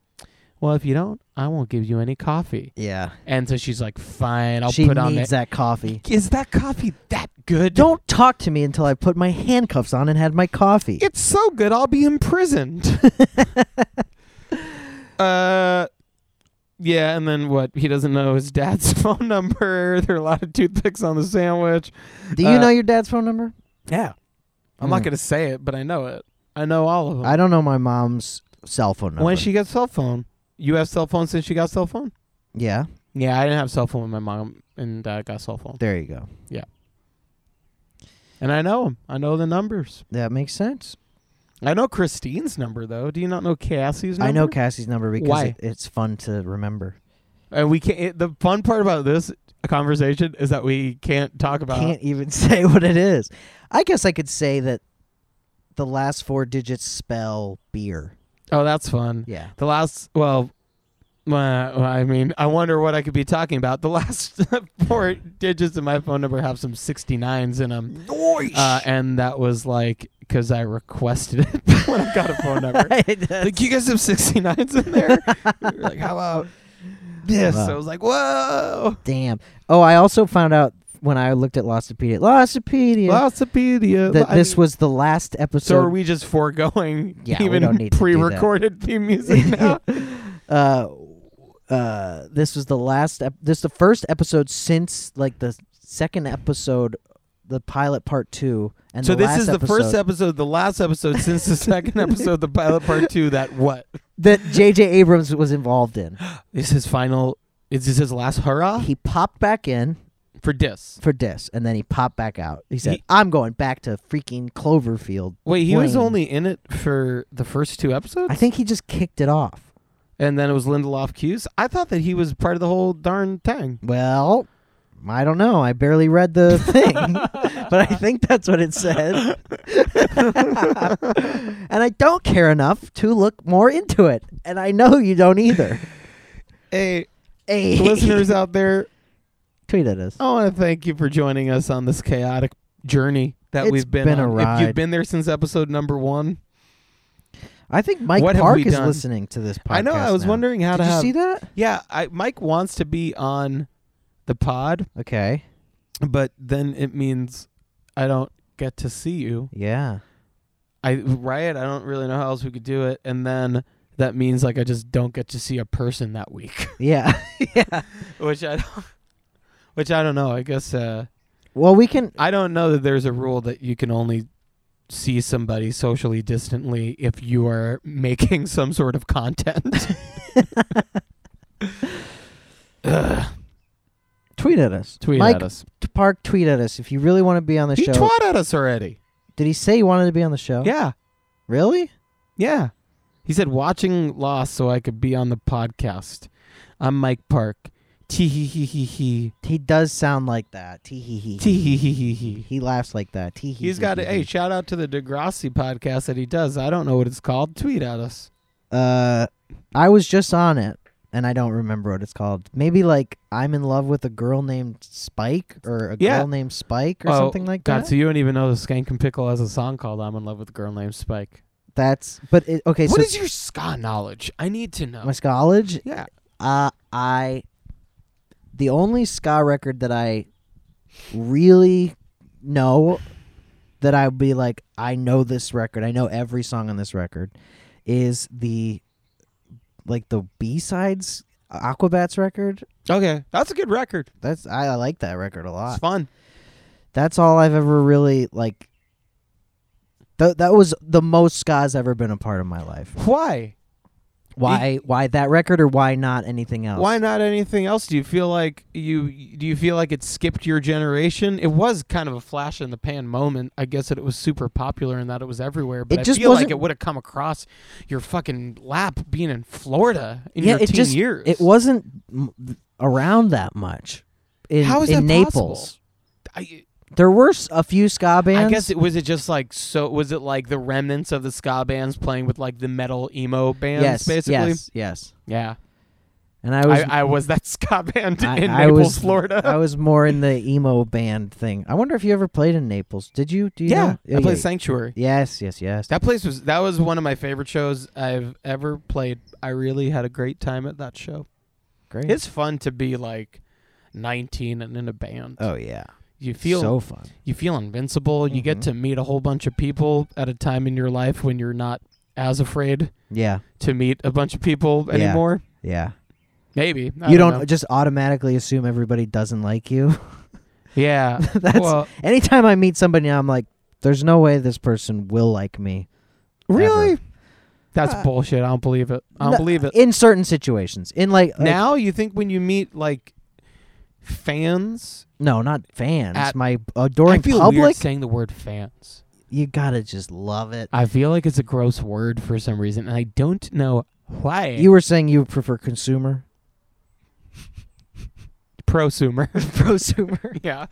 Speaker 1: Well, if you don't, I won't give you any coffee.
Speaker 2: Yeah.
Speaker 1: And so she's like, Fine, I'll
Speaker 2: she
Speaker 1: put
Speaker 2: needs
Speaker 1: on that.
Speaker 2: that
Speaker 1: (laughs)
Speaker 2: coffee.
Speaker 1: Is that coffee that good?
Speaker 2: Don't talk to me until I put my handcuffs on and had my coffee.
Speaker 1: It's so good, I'll
Speaker 2: (laughs)
Speaker 1: be imprisoned. uh, yeah, and then what? He doesn't know his dad's (laughs) phone number. There are a lot of toothpicks on the sandwich.
Speaker 2: Do you
Speaker 1: uh,
Speaker 2: know your dad's phone number?
Speaker 1: Yeah. I'm not
Speaker 2: Mm.
Speaker 1: going to say it, but I know it. I know all of them.
Speaker 2: I don't know my mom's cell phone number.
Speaker 1: when she gets cell phone, you have cell phone since she got cell phone?
Speaker 2: Yeah.
Speaker 1: Yeah, I didn't have cell phone when my mom and dad got cell phone.
Speaker 2: There you go.
Speaker 1: And I know them. I know the numbers.
Speaker 2: That makes sense.
Speaker 1: I know Christine's number, though. Do you not know Cassie's number?
Speaker 2: I know Cassie's number because
Speaker 1: Why?
Speaker 2: it, it's fun to remember.
Speaker 1: And we can't. It, the fun part about this conversation is that we can't talk about.
Speaker 2: Can't even (laughs) say what it is. I guess I could say that the last four digits spell beer.
Speaker 1: Oh, that's fun.
Speaker 2: Yeah.
Speaker 1: The last. Well, uh, I mean, I wonder what I could be talking about. The last (laughs) four digits of my phone number have some 69s in them.
Speaker 2: Noise.
Speaker 1: Uh, and that was like because I requested it (laughs) when I got a phone number. (laughs) like, you guys have 69s
Speaker 2: (laughs)
Speaker 1: in there? We were like, how about this?
Speaker 2: Wow.
Speaker 1: I was like, whoa.
Speaker 2: Damn. Oh, I also found out when I looked at Lostopedia, Lostopedia,
Speaker 1: Lostopedia.
Speaker 2: that
Speaker 1: I
Speaker 2: this
Speaker 1: mean-
Speaker 2: was the last
Speaker 1: So are
Speaker 2: episode.
Speaker 1: we just foregoing
Speaker 2: Yeah, we
Speaker 1: even
Speaker 2: don't need to do that.
Speaker 1: pre-recorded
Speaker 2: (laughs)
Speaker 1: theme music now?
Speaker 2: uh, uh, this was the last. Ep- this the first episode since like the second episode, the pilot part two. And
Speaker 1: so
Speaker 2: the
Speaker 1: this
Speaker 2: last
Speaker 1: is the first
Speaker 2: episode
Speaker 1: episode, the last episode since the second episode, the pilot part two. That what?
Speaker 2: that J.J. Abrams was involved in.
Speaker 1: This is his final. Is this his last hurrah
Speaker 2: He popped back in
Speaker 1: for dis?
Speaker 2: for this, and then he popped back out. He said,
Speaker 1: He-
Speaker 2: "I'm going back to freaking Cloverfield."
Speaker 1: Wait, he was
Speaker 2: Wayne.
Speaker 1: only in it for the first two episodes.
Speaker 2: I think he just kicked it off.
Speaker 1: and then it was Lindelof Hughes. I thought that he was part of the whole darn thing.
Speaker 2: Well, I don't know. I barely read
Speaker 1: (laughs)
Speaker 2: the thing, but I think that's what it said. (laughs) and I don't care enough to look more into it. And I know you don't either.
Speaker 1: (laughs) Hey,
Speaker 2: Hey,
Speaker 1: listeners out there,
Speaker 2: (laughs) tweet at us.
Speaker 1: I want to thank you for joining us on this chaotic journey that
Speaker 2: It's
Speaker 1: we've been,
Speaker 2: been a
Speaker 1: on. If
Speaker 2: ride.
Speaker 1: you've been there since episode number one,
Speaker 2: I think Mike
Speaker 1: What have
Speaker 2: Park
Speaker 1: we
Speaker 2: is
Speaker 1: done?
Speaker 2: listening to this podcast.
Speaker 1: I know. I was
Speaker 2: now.
Speaker 1: wondering
Speaker 2: Did
Speaker 1: how to
Speaker 2: you
Speaker 1: have.
Speaker 2: see that?
Speaker 1: Yeah, I, Mike wants to be on the pod,
Speaker 2: Okay.
Speaker 1: but then it means I don't get to see you.
Speaker 2: Yeah.
Speaker 1: I riot. I don't really know how else we could do it, and then that means like I just don't get to see a person that week,
Speaker 2: Yeah. (laughs) yeah.
Speaker 1: which I don't. (laughs) Which I don't know. I guess uh,
Speaker 2: Well, we can.
Speaker 1: I don't know that there's a rule that you can only see somebody socially distantly if you are making (laughs) some sort
Speaker 2: (laughs)
Speaker 1: of content. Ugh.
Speaker 2: Tweet at us.
Speaker 1: Tweet
Speaker 2: Mike
Speaker 1: at us.
Speaker 2: Park, tweet at us if you really want to be on the
Speaker 1: He
Speaker 2: show. Oh.
Speaker 1: twat at us already.
Speaker 2: Did he say he wanted to be on the show?
Speaker 1: Yeah.
Speaker 2: Really?
Speaker 1: Yeah. He said, watching Lost so I could be on the podcast. I'm Mike Park. Tee hee hee hee hee.
Speaker 2: He does sound like that. Tee hee hee.
Speaker 1: Tee hee hee hee hee.
Speaker 2: He laughs like that. Tee hee.
Speaker 1: He's
Speaker 2: hee
Speaker 1: got
Speaker 2: hee
Speaker 1: a hey,
Speaker 2: hee.
Speaker 1: shout out to the Degrassi podcast that he does. I don't know what it's called. Tweet at us.
Speaker 2: Uh, I was just on it, and I don't remember what it's called. Maybe like I'm in love with a girl named Spike or a
Speaker 1: Yeah.
Speaker 2: girl named Spike or
Speaker 1: Oh,
Speaker 2: something like
Speaker 1: God,
Speaker 2: that.
Speaker 1: so you don't even know the Skank and Pickle has a song called I'm in love with a girl named Spike.
Speaker 2: That's but it, okay.
Speaker 1: What
Speaker 2: so
Speaker 1: is your ska knowledge? I need to know.
Speaker 2: my college?
Speaker 1: yeah.
Speaker 2: Uh, I the only ska record that I really know that I'd be like, I know this record. I know every song on this record is the like the B sides Aquabats record.
Speaker 1: Okay. That's a good record.
Speaker 2: That's I, I like that record a
Speaker 1: It's
Speaker 2: lot.
Speaker 1: fun.
Speaker 2: That's all I've ever really like. Th- that was the most ska's ever been a part of my life.
Speaker 1: Why?
Speaker 2: Why why that record or why not anything else?
Speaker 1: Why not anything else? Do you feel like you do you feel like it skipped your generation? It was kind of a flash in the pan moment. I guess that it was super popular and that it was everywhere, but
Speaker 2: It
Speaker 1: I
Speaker 2: just
Speaker 1: feel like
Speaker 2: wasn't-
Speaker 1: it would have come across your fucking lap being in Florida in your
Speaker 2: it
Speaker 1: teen
Speaker 2: just
Speaker 1: years.
Speaker 2: it wasn't m- around that much. In,
Speaker 1: How is
Speaker 2: in
Speaker 1: that
Speaker 2: Naples?
Speaker 1: possible? I,
Speaker 2: There were s- a few ska bands.
Speaker 1: I guess it was it just like so was it like the remnants of the ska bands playing with like the metal emo bands
Speaker 2: yes,
Speaker 1: basically?
Speaker 2: yes, yes.
Speaker 1: Yeah.
Speaker 2: And I was
Speaker 1: I, (laughs) I was that ska band
Speaker 2: I-
Speaker 1: in
Speaker 2: I
Speaker 1: Naples,
Speaker 2: was-
Speaker 1: Florida.
Speaker 2: I was more in the emo band thing. I wonder if you ever played in Naples. Did you? Do you
Speaker 1: yeah.
Speaker 2: know?
Speaker 1: I
Speaker 2: Oh,
Speaker 1: played
Speaker 2: yeah.
Speaker 1: Sanctuary.
Speaker 2: Yes, yes, yes.
Speaker 1: That place was that was one of my favorite shows I've ever played. I really had a great time at that show.
Speaker 2: Great.
Speaker 1: It's fun to be like 19 and in a band.
Speaker 2: oh yeah.
Speaker 1: you feel
Speaker 2: so fun.
Speaker 1: you feel invincible. You get
Speaker 2: Mhm.
Speaker 1: to meet a whole bunch of people at a time in your life when you're not as afraid
Speaker 2: Yeah,
Speaker 1: to meet a bunch of people
Speaker 2: Yeah.
Speaker 1: anymore.
Speaker 2: yeah.
Speaker 1: Maybe. I
Speaker 2: you don't,
Speaker 1: know.
Speaker 2: just automatically assume everybody doesn't like you. (laughs)
Speaker 1: Yeah.
Speaker 2: That's
Speaker 1: well,
Speaker 2: anytime I meet somebody, I'm like, there's no way this person will like me. ever.
Speaker 1: That's
Speaker 2: Uh,
Speaker 1: bullshit. I don't believe it. I don't
Speaker 2: No,
Speaker 1: believe it.
Speaker 2: In certain situations, in like, like-
Speaker 1: now you think when you meet like fans,
Speaker 2: no, not fans.
Speaker 1: At-
Speaker 2: my adoring
Speaker 1: I feel weird
Speaker 2: public,
Speaker 1: saying the word fans.
Speaker 2: you gotta just love it.
Speaker 1: I feel like it's a gross word for some reason, and I don't know why.
Speaker 2: You were saying you prefer consumer,
Speaker 1: (laughs)
Speaker 2: (laughs)
Speaker 1: prosumer.
Speaker 2: prosumer.
Speaker 1: (laughs) yeah.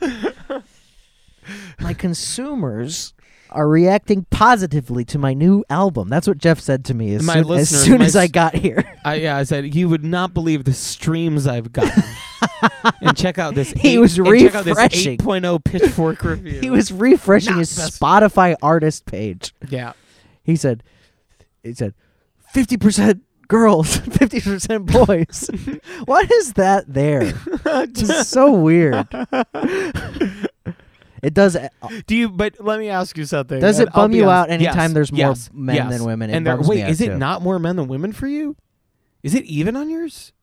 Speaker 2: my consumers are reacting positively to my new album. That's what Jeff said to me as
Speaker 1: My
Speaker 2: soon, as,
Speaker 1: listeners,
Speaker 2: soon
Speaker 1: my
Speaker 2: as I
Speaker 1: s-
Speaker 2: got
Speaker 1: (laughs)
Speaker 2: here.
Speaker 1: I, yeah. I said you would not believe the streams I've
Speaker 2: (laughs)
Speaker 1: gotten. and check out this.
Speaker 2: He
Speaker 1: eight-
Speaker 2: was
Speaker 1: and check out this
Speaker 2: refreshing.
Speaker 1: 8.0 Pitchfork review.
Speaker 2: (laughs) he was refreshing
Speaker 1: Not
Speaker 2: his
Speaker 1: best-
Speaker 2: Spotify artist page. (laughs)
Speaker 1: Yeah.
Speaker 2: He said, he said, fifty percent girls, (laughs) fifty percent
Speaker 1: (laughs)
Speaker 2: boys. what is that there? It's so weird. (laughs) it does.
Speaker 1: Do you? But let me ask you something.
Speaker 2: Does
Speaker 1: and
Speaker 2: it
Speaker 1: I'll
Speaker 2: bum
Speaker 1: be
Speaker 2: you
Speaker 1: honest.
Speaker 2: out anytime
Speaker 1: Yes,
Speaker 2: there's more
Speaker 1: yes,
Speaker 2: men
Speaker 1: yes.
Speaker 2: than women? It
Speaker 1: And there,
Speaker 2: bums me
Speaker 1: wait,
Speaker 2: out,
Speaker 1: is it
Speaker 2: too.
Speaker 1: not more men than women for you? Is it even on yours?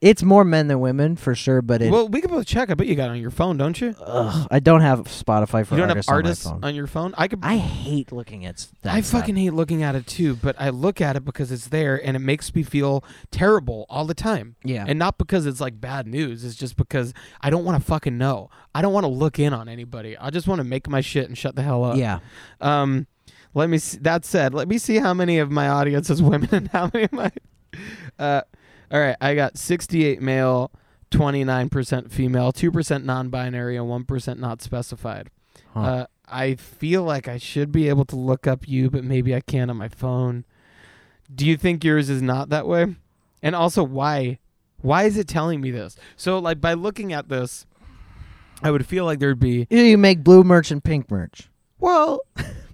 Speaker 2: It's more men than women for sure, but it.
Speaker 1: well, we can both check. I bet you got it on your phone, don't you?
Speaker 2: ugh, I don't have Spotify for
Speaker 1: you don't
Speaker 2: artists
Speaker 1: have artists
Speaker 2: on my phone.
Speaker 1: your phone. I could.
Speaker 2: I hate looking at s- that.
Speaker 1: I
Speaker 2: stuff.
Speaker 1: fucking hate looking at it too, but I look at it because it's there and it makes me feel terrible all the time.
Speaker 2: yeah.
Speaker 1: And not because it's like bad news, it's just because I don't want to fucking know. I don't want to look in on anybody. I just want to make my shit and shut the hell up.
Speaker 2: yeah.
Speaker 1: Um, let me. See, that said, let me see how many of my audience is (laughs) women and how many of my. (laughs) Uh, all right, I got sixty-eight male, twenty-nine percent female, two percent non-binary, and one percent not specified.
Speaker 2: Huh.
Speaker 1: Uh, I feel like I should be able to look up you, but maybe I can't on my phone. Do you think yours is not that way? And also, why? Why is it telling me this? So, like, by looking at this, I would feel like there'd be
Speaker 2: Either you make blue merch and pink merch.
Speaker 1: well.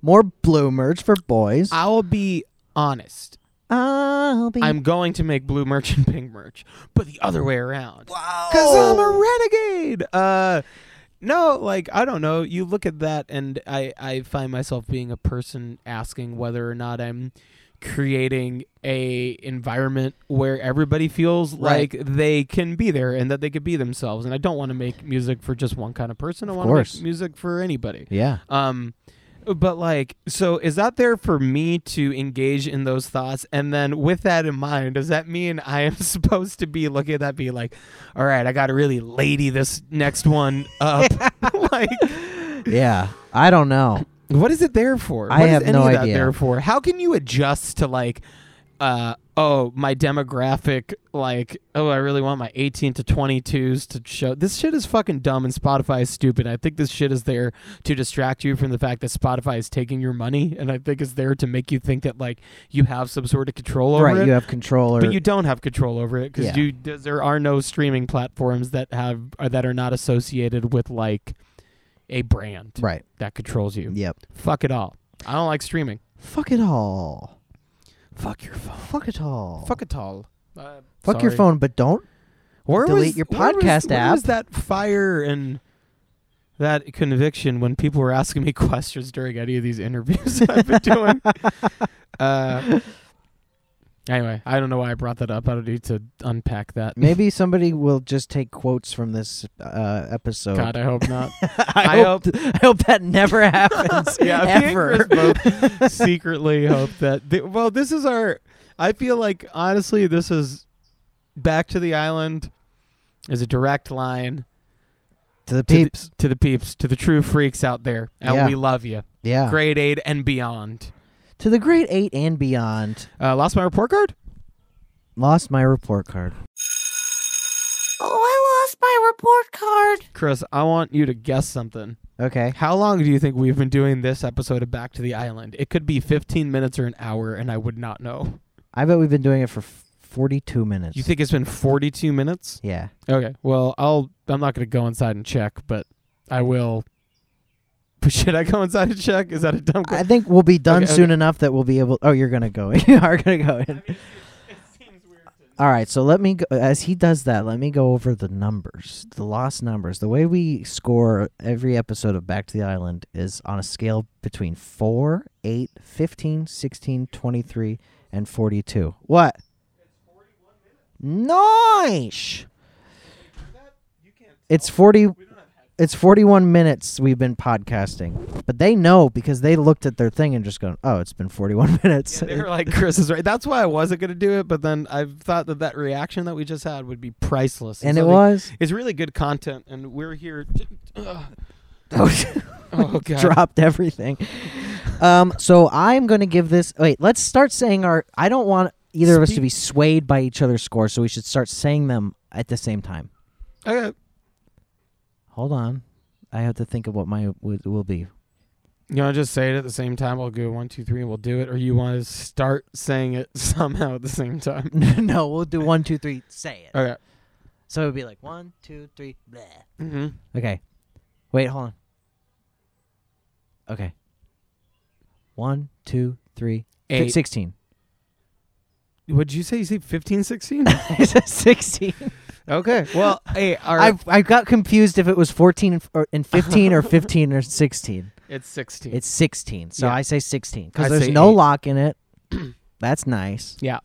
Speaker 2: More blue merch for boys.
Speaker 1: I'll be honest.
Speaker 2: I'll be.
Speaker 1: I'm going to make blue merch (laughs) and pink merch, but the other way around.
Speaker 2: wow.
Speaker 1: Because I'm a renegade. Uh, no, like I don't know. You look at that, and I I find myself being a person asking whether or not I'm creating a environment where everybody feels
Speaker 2: Right.
Speaker 1: like they can be there and that they could be themselves. And I don't want to make music for just one kind of person. I want to
Speaker 2: course.
Speaker 1: make music for anybody.
Speaker 2: Yeah.
Speaker 1: Um, but like, so is that there for me to engage in those thoughts? And then with that in mind, does that mean (laughs) I am supposed to be looking at that, be like, all right, I got to really lady this next one up? (laughs) like,
Speaker 2: Yeah. I don't know.
Speaker 1: what is it there for?
Speaker 2: I
Speaker 1: What is
Speaker 2: have
Speaker 1: any
Speaker 2: no
Speaker 1: of that
Speaker 2: idea.
Speaker 1: there for? How can you adjust to like, uh, oh, my demographic, like, oh, I really want my 18 to 22s to show. This shit is fucking dumb and Spotify is stupid. I think this shit is there to distract you from the fact that Spotify is taking your money. And I think it's there to make you think that, like, you have some sort of control over
Speaker 2: right.
Speaker 1: it.
Speaker 2: You have control or
Speaker 1: But you don't have control over it because
Speaker 2: Yeah.
Speaker 1: you th- there are no streaming platforms that have or that are not associated with like a brand
Speaker 2: (laughs) right.
Speaker 1: that controls you.
Speaker 2: Yep.
Speaker 1: Fuck it all. I don't like streaming.
Speaker 2: Fuck it all.
Speaker 1: Fuck your phone.
Speaker 2: Fuck it all.
Speaker 1: Fuck it all. Uh,
Speaker 2: Fuck your
Speaker 1: sorry.
Speaker 2: phone, but
Speaker 1: (laughs)
Speaker 2: don't.
Speaker 1: Where
Speaker 2: Delete
Speaker 1: was-
Speaker 2: your
Speaker 1: where was-
Speaker 2: podcast
Speaker 1: Where was
Speaker 2: app.
Speaker 1: that fire and that conviction when people were asking me (laughs) questions during any of these interviews (laughs) that I've been doing? uh, anyway, I don't know why I brought that up. I don't need to unpack that.
Speaker 2: Maybe somebody will just take quotes from this uh, episode.
Speaker 1: God, I hope not.
Speaker 2: I,
Speaker 1: I
Speaker 2: hope, I hope that
Speaker 1: (laughs)
Speaker 2: never happens.
Speaker 1: yeah, me and
Speaker 2: ever. (laughs)
Speaker 1: Chris both secretly hope that. They, well, this is our. I feel like honestly, this is back to the island is a direct line
Speaker 2: to the
Speaker 1: to the-
Speaker 2: peeps.
Speaker 1: to the peeps, to the true freaks out there, and
Speaker 2: Yeah.
Speaker 1: we love you.
Speaker 2: yeah.
Speaker 1: Grade eight and beyond.
Speaker 2: To the grade eight and beyond.
Speaker 1: Uh, lost my report card.
Speaker 2: Lost my report card.
Speaker 3: Oh, I lost my report card.
Speaker 1: Chris, I want you to guess something.
Speaker 2: Okay.
Speaker 1: How long do you think we've been doing this episode of Back to the Island? It could be 15 minutes or an hour, and I would not know.
Speaker 2: I bet we've been doing it for f- 42 minutes.
Speaker 1: You think it's been 42 minutes?
Speaker 2: Yeah.
Speaker 1: Okay. Well, I'll. I'm not gonna go inside and check, but I will. (laughs) Should I go inside and check? Is that a dumb?
Speaker 2: I think we'll be done
Speaker 1: Okay,
Speaker 2: soon enough that we'll be able. Oh, you're gonna go. in. (laughs) you are gonna go in. All right. So let me go. As he does that, let me go over the numbers, the lost numbers. The way we score every episode of Back to the Island is on a scale between 4, 8, 15, 16, 23, and 42. What? Nice. It's 40 it's 41 minutes we've been podcasting. But they know because they looked at their thing and just going, "Oh, it's been 41 (laughs) minutes."
Speaker 1: (laughs) Yeah, they were like, Chris is right. That's why I wasn't gonna do it, but then I thought that that reaction that we just had would be priceless.
Speaker 2: and it
Speaker 1: something- (laughs)
Speaker 2: was
Speaker 1: It's really good content, and we're here. Ugh. (laughs) oh
Speaker 2: oh, (laughs)
Speaker 1: god.
Speaker 2: dropped everything. Um, so I'm going to give this. Wait, let's start saying our. I don't want either of us to
Speaker 1: Speak-
Speaker 2: be swayed by each other's score, so we should start saying them at the same time.
Speaker 1: Okay.
Speaker 2: Hold on, I have to think of what my w- will be. (laughs)
Speaker 1: You want to just say it at the same time? I'll go one, two, three, and we'll do it. Or you want to start saying it (laughs) somehow at the same time?
Speaker 2: no, we'll do one, two, three. Say it.
Speaker 1: Okay.
Speaker 2: So it would be like one, two, three. Bleh.
Speaker 1: Mm-hmm.
Speaker 2: Okay. Wait, hold on. Okay. One, two, three. fi-
Speaker 1: Eight.
Speaker 2: Sixteen. (laughs)
Speaker 1: Would you say you say
Speaker 2: (laughs)
Speaker 1: 15, 16?
Speaker 2: I said sixteen.
Speaker 1: okay. Well, hey, (laughs) all right.
Speaker 2: I I got confused if it was 14 and f- or, and 15
Speaker 1: (laughs)
Speaker 2: or 15 or 16.
Speaker 1: it's 16.
Speaker 2: It's 16. So
Speaker 1: Yeah.
Speaker 2: I say 16 cuz
Speaker 1: I
Speaker 2: there's
Speaker 1: say
Speaker 2: no
Speaker 1: eight.
Speaker 2: lock in
Speaker 1: (clears throat)
Speaker 2: it. That's nice.
Speaker 1: Yeah.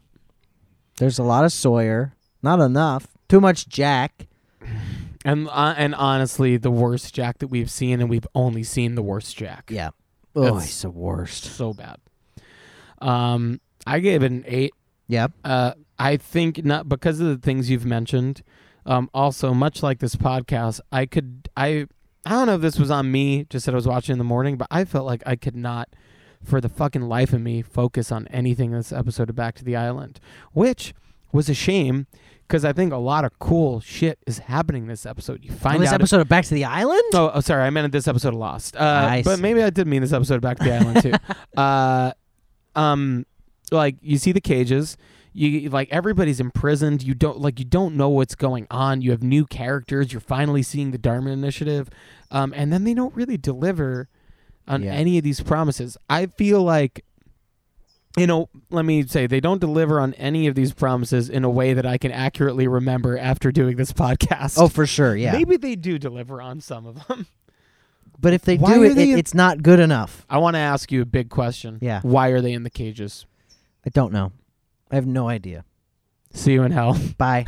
Speaker 2: There's a lot of Sawyer, not enough. Too much Jack.
Speaker 1: and uh, and honestly, the worst Jack that we've seen, and we've only seen the worst Jack.
Speaker 2: Yeah. Oh,
Speaker 1: That's-
Speaker 2: he's the worst.
Speaker 1: So bad. Um, I gave it an eight.
Speaker 2: Yeah.
Speaker 1: Uh, I think not because of the things you've mentioned. Um, also, much like this podcast, I could I I don't know if this was on me, just that I was watching in the morning, but I felt like I could not, for the fucking life of me, focus on anything in this episode of Back to the Island, which was a shame because I think a lot of cool shit is happening this episode. You
Speaker 2: On
Speaker 1: find
Speaker 2: this
Speaker 1: out.
Speaker 2: episode of Back to the Island?
Speaker 1: (laughs) Oh, oh, sorry. I meant this episode of Lost. Uh,
Speaker 2: I
Speaker 1: but
Speaker 2: see.
Speaker 1: maybe I did mean this episode of Back to the
Speaker 2: (laughs)
Speaker 1: Island too. Uh, um, like you see the cages. You like everybody's imprisoned. You don't like you don't know what's going on. You have new characters. You're finally seeing the Dharma Initiative, um, and then they don't really deliver on
Speaker 2: Yeah.
Speaker 1: any of these promises. I feel like. You know, let me say they don't deliver on any of these promises in a way that I can accurately remember after doing this (laughs) podcast.
Speaker 2: Oh, for sure, yeah.
Speaker 1: Maybe they do deliver on some of them.
Speaker 2: But if they
Speaker 1: Why
Speaker 2: do
Speaker 1: are
Speaker 2: it,
Speaker 1: they
Speaker 2: it
Speaker 1: in-
Speaker 2: it's not good enough.
Speaker 1: I want to ask you a big question.
Speaker 2: Yeah.
Speaker 1: Why are they in the cages?
Speaker 2: I don't know. I have no idea.
Speaker 1: See you in hell.
Speaker 2: Bye.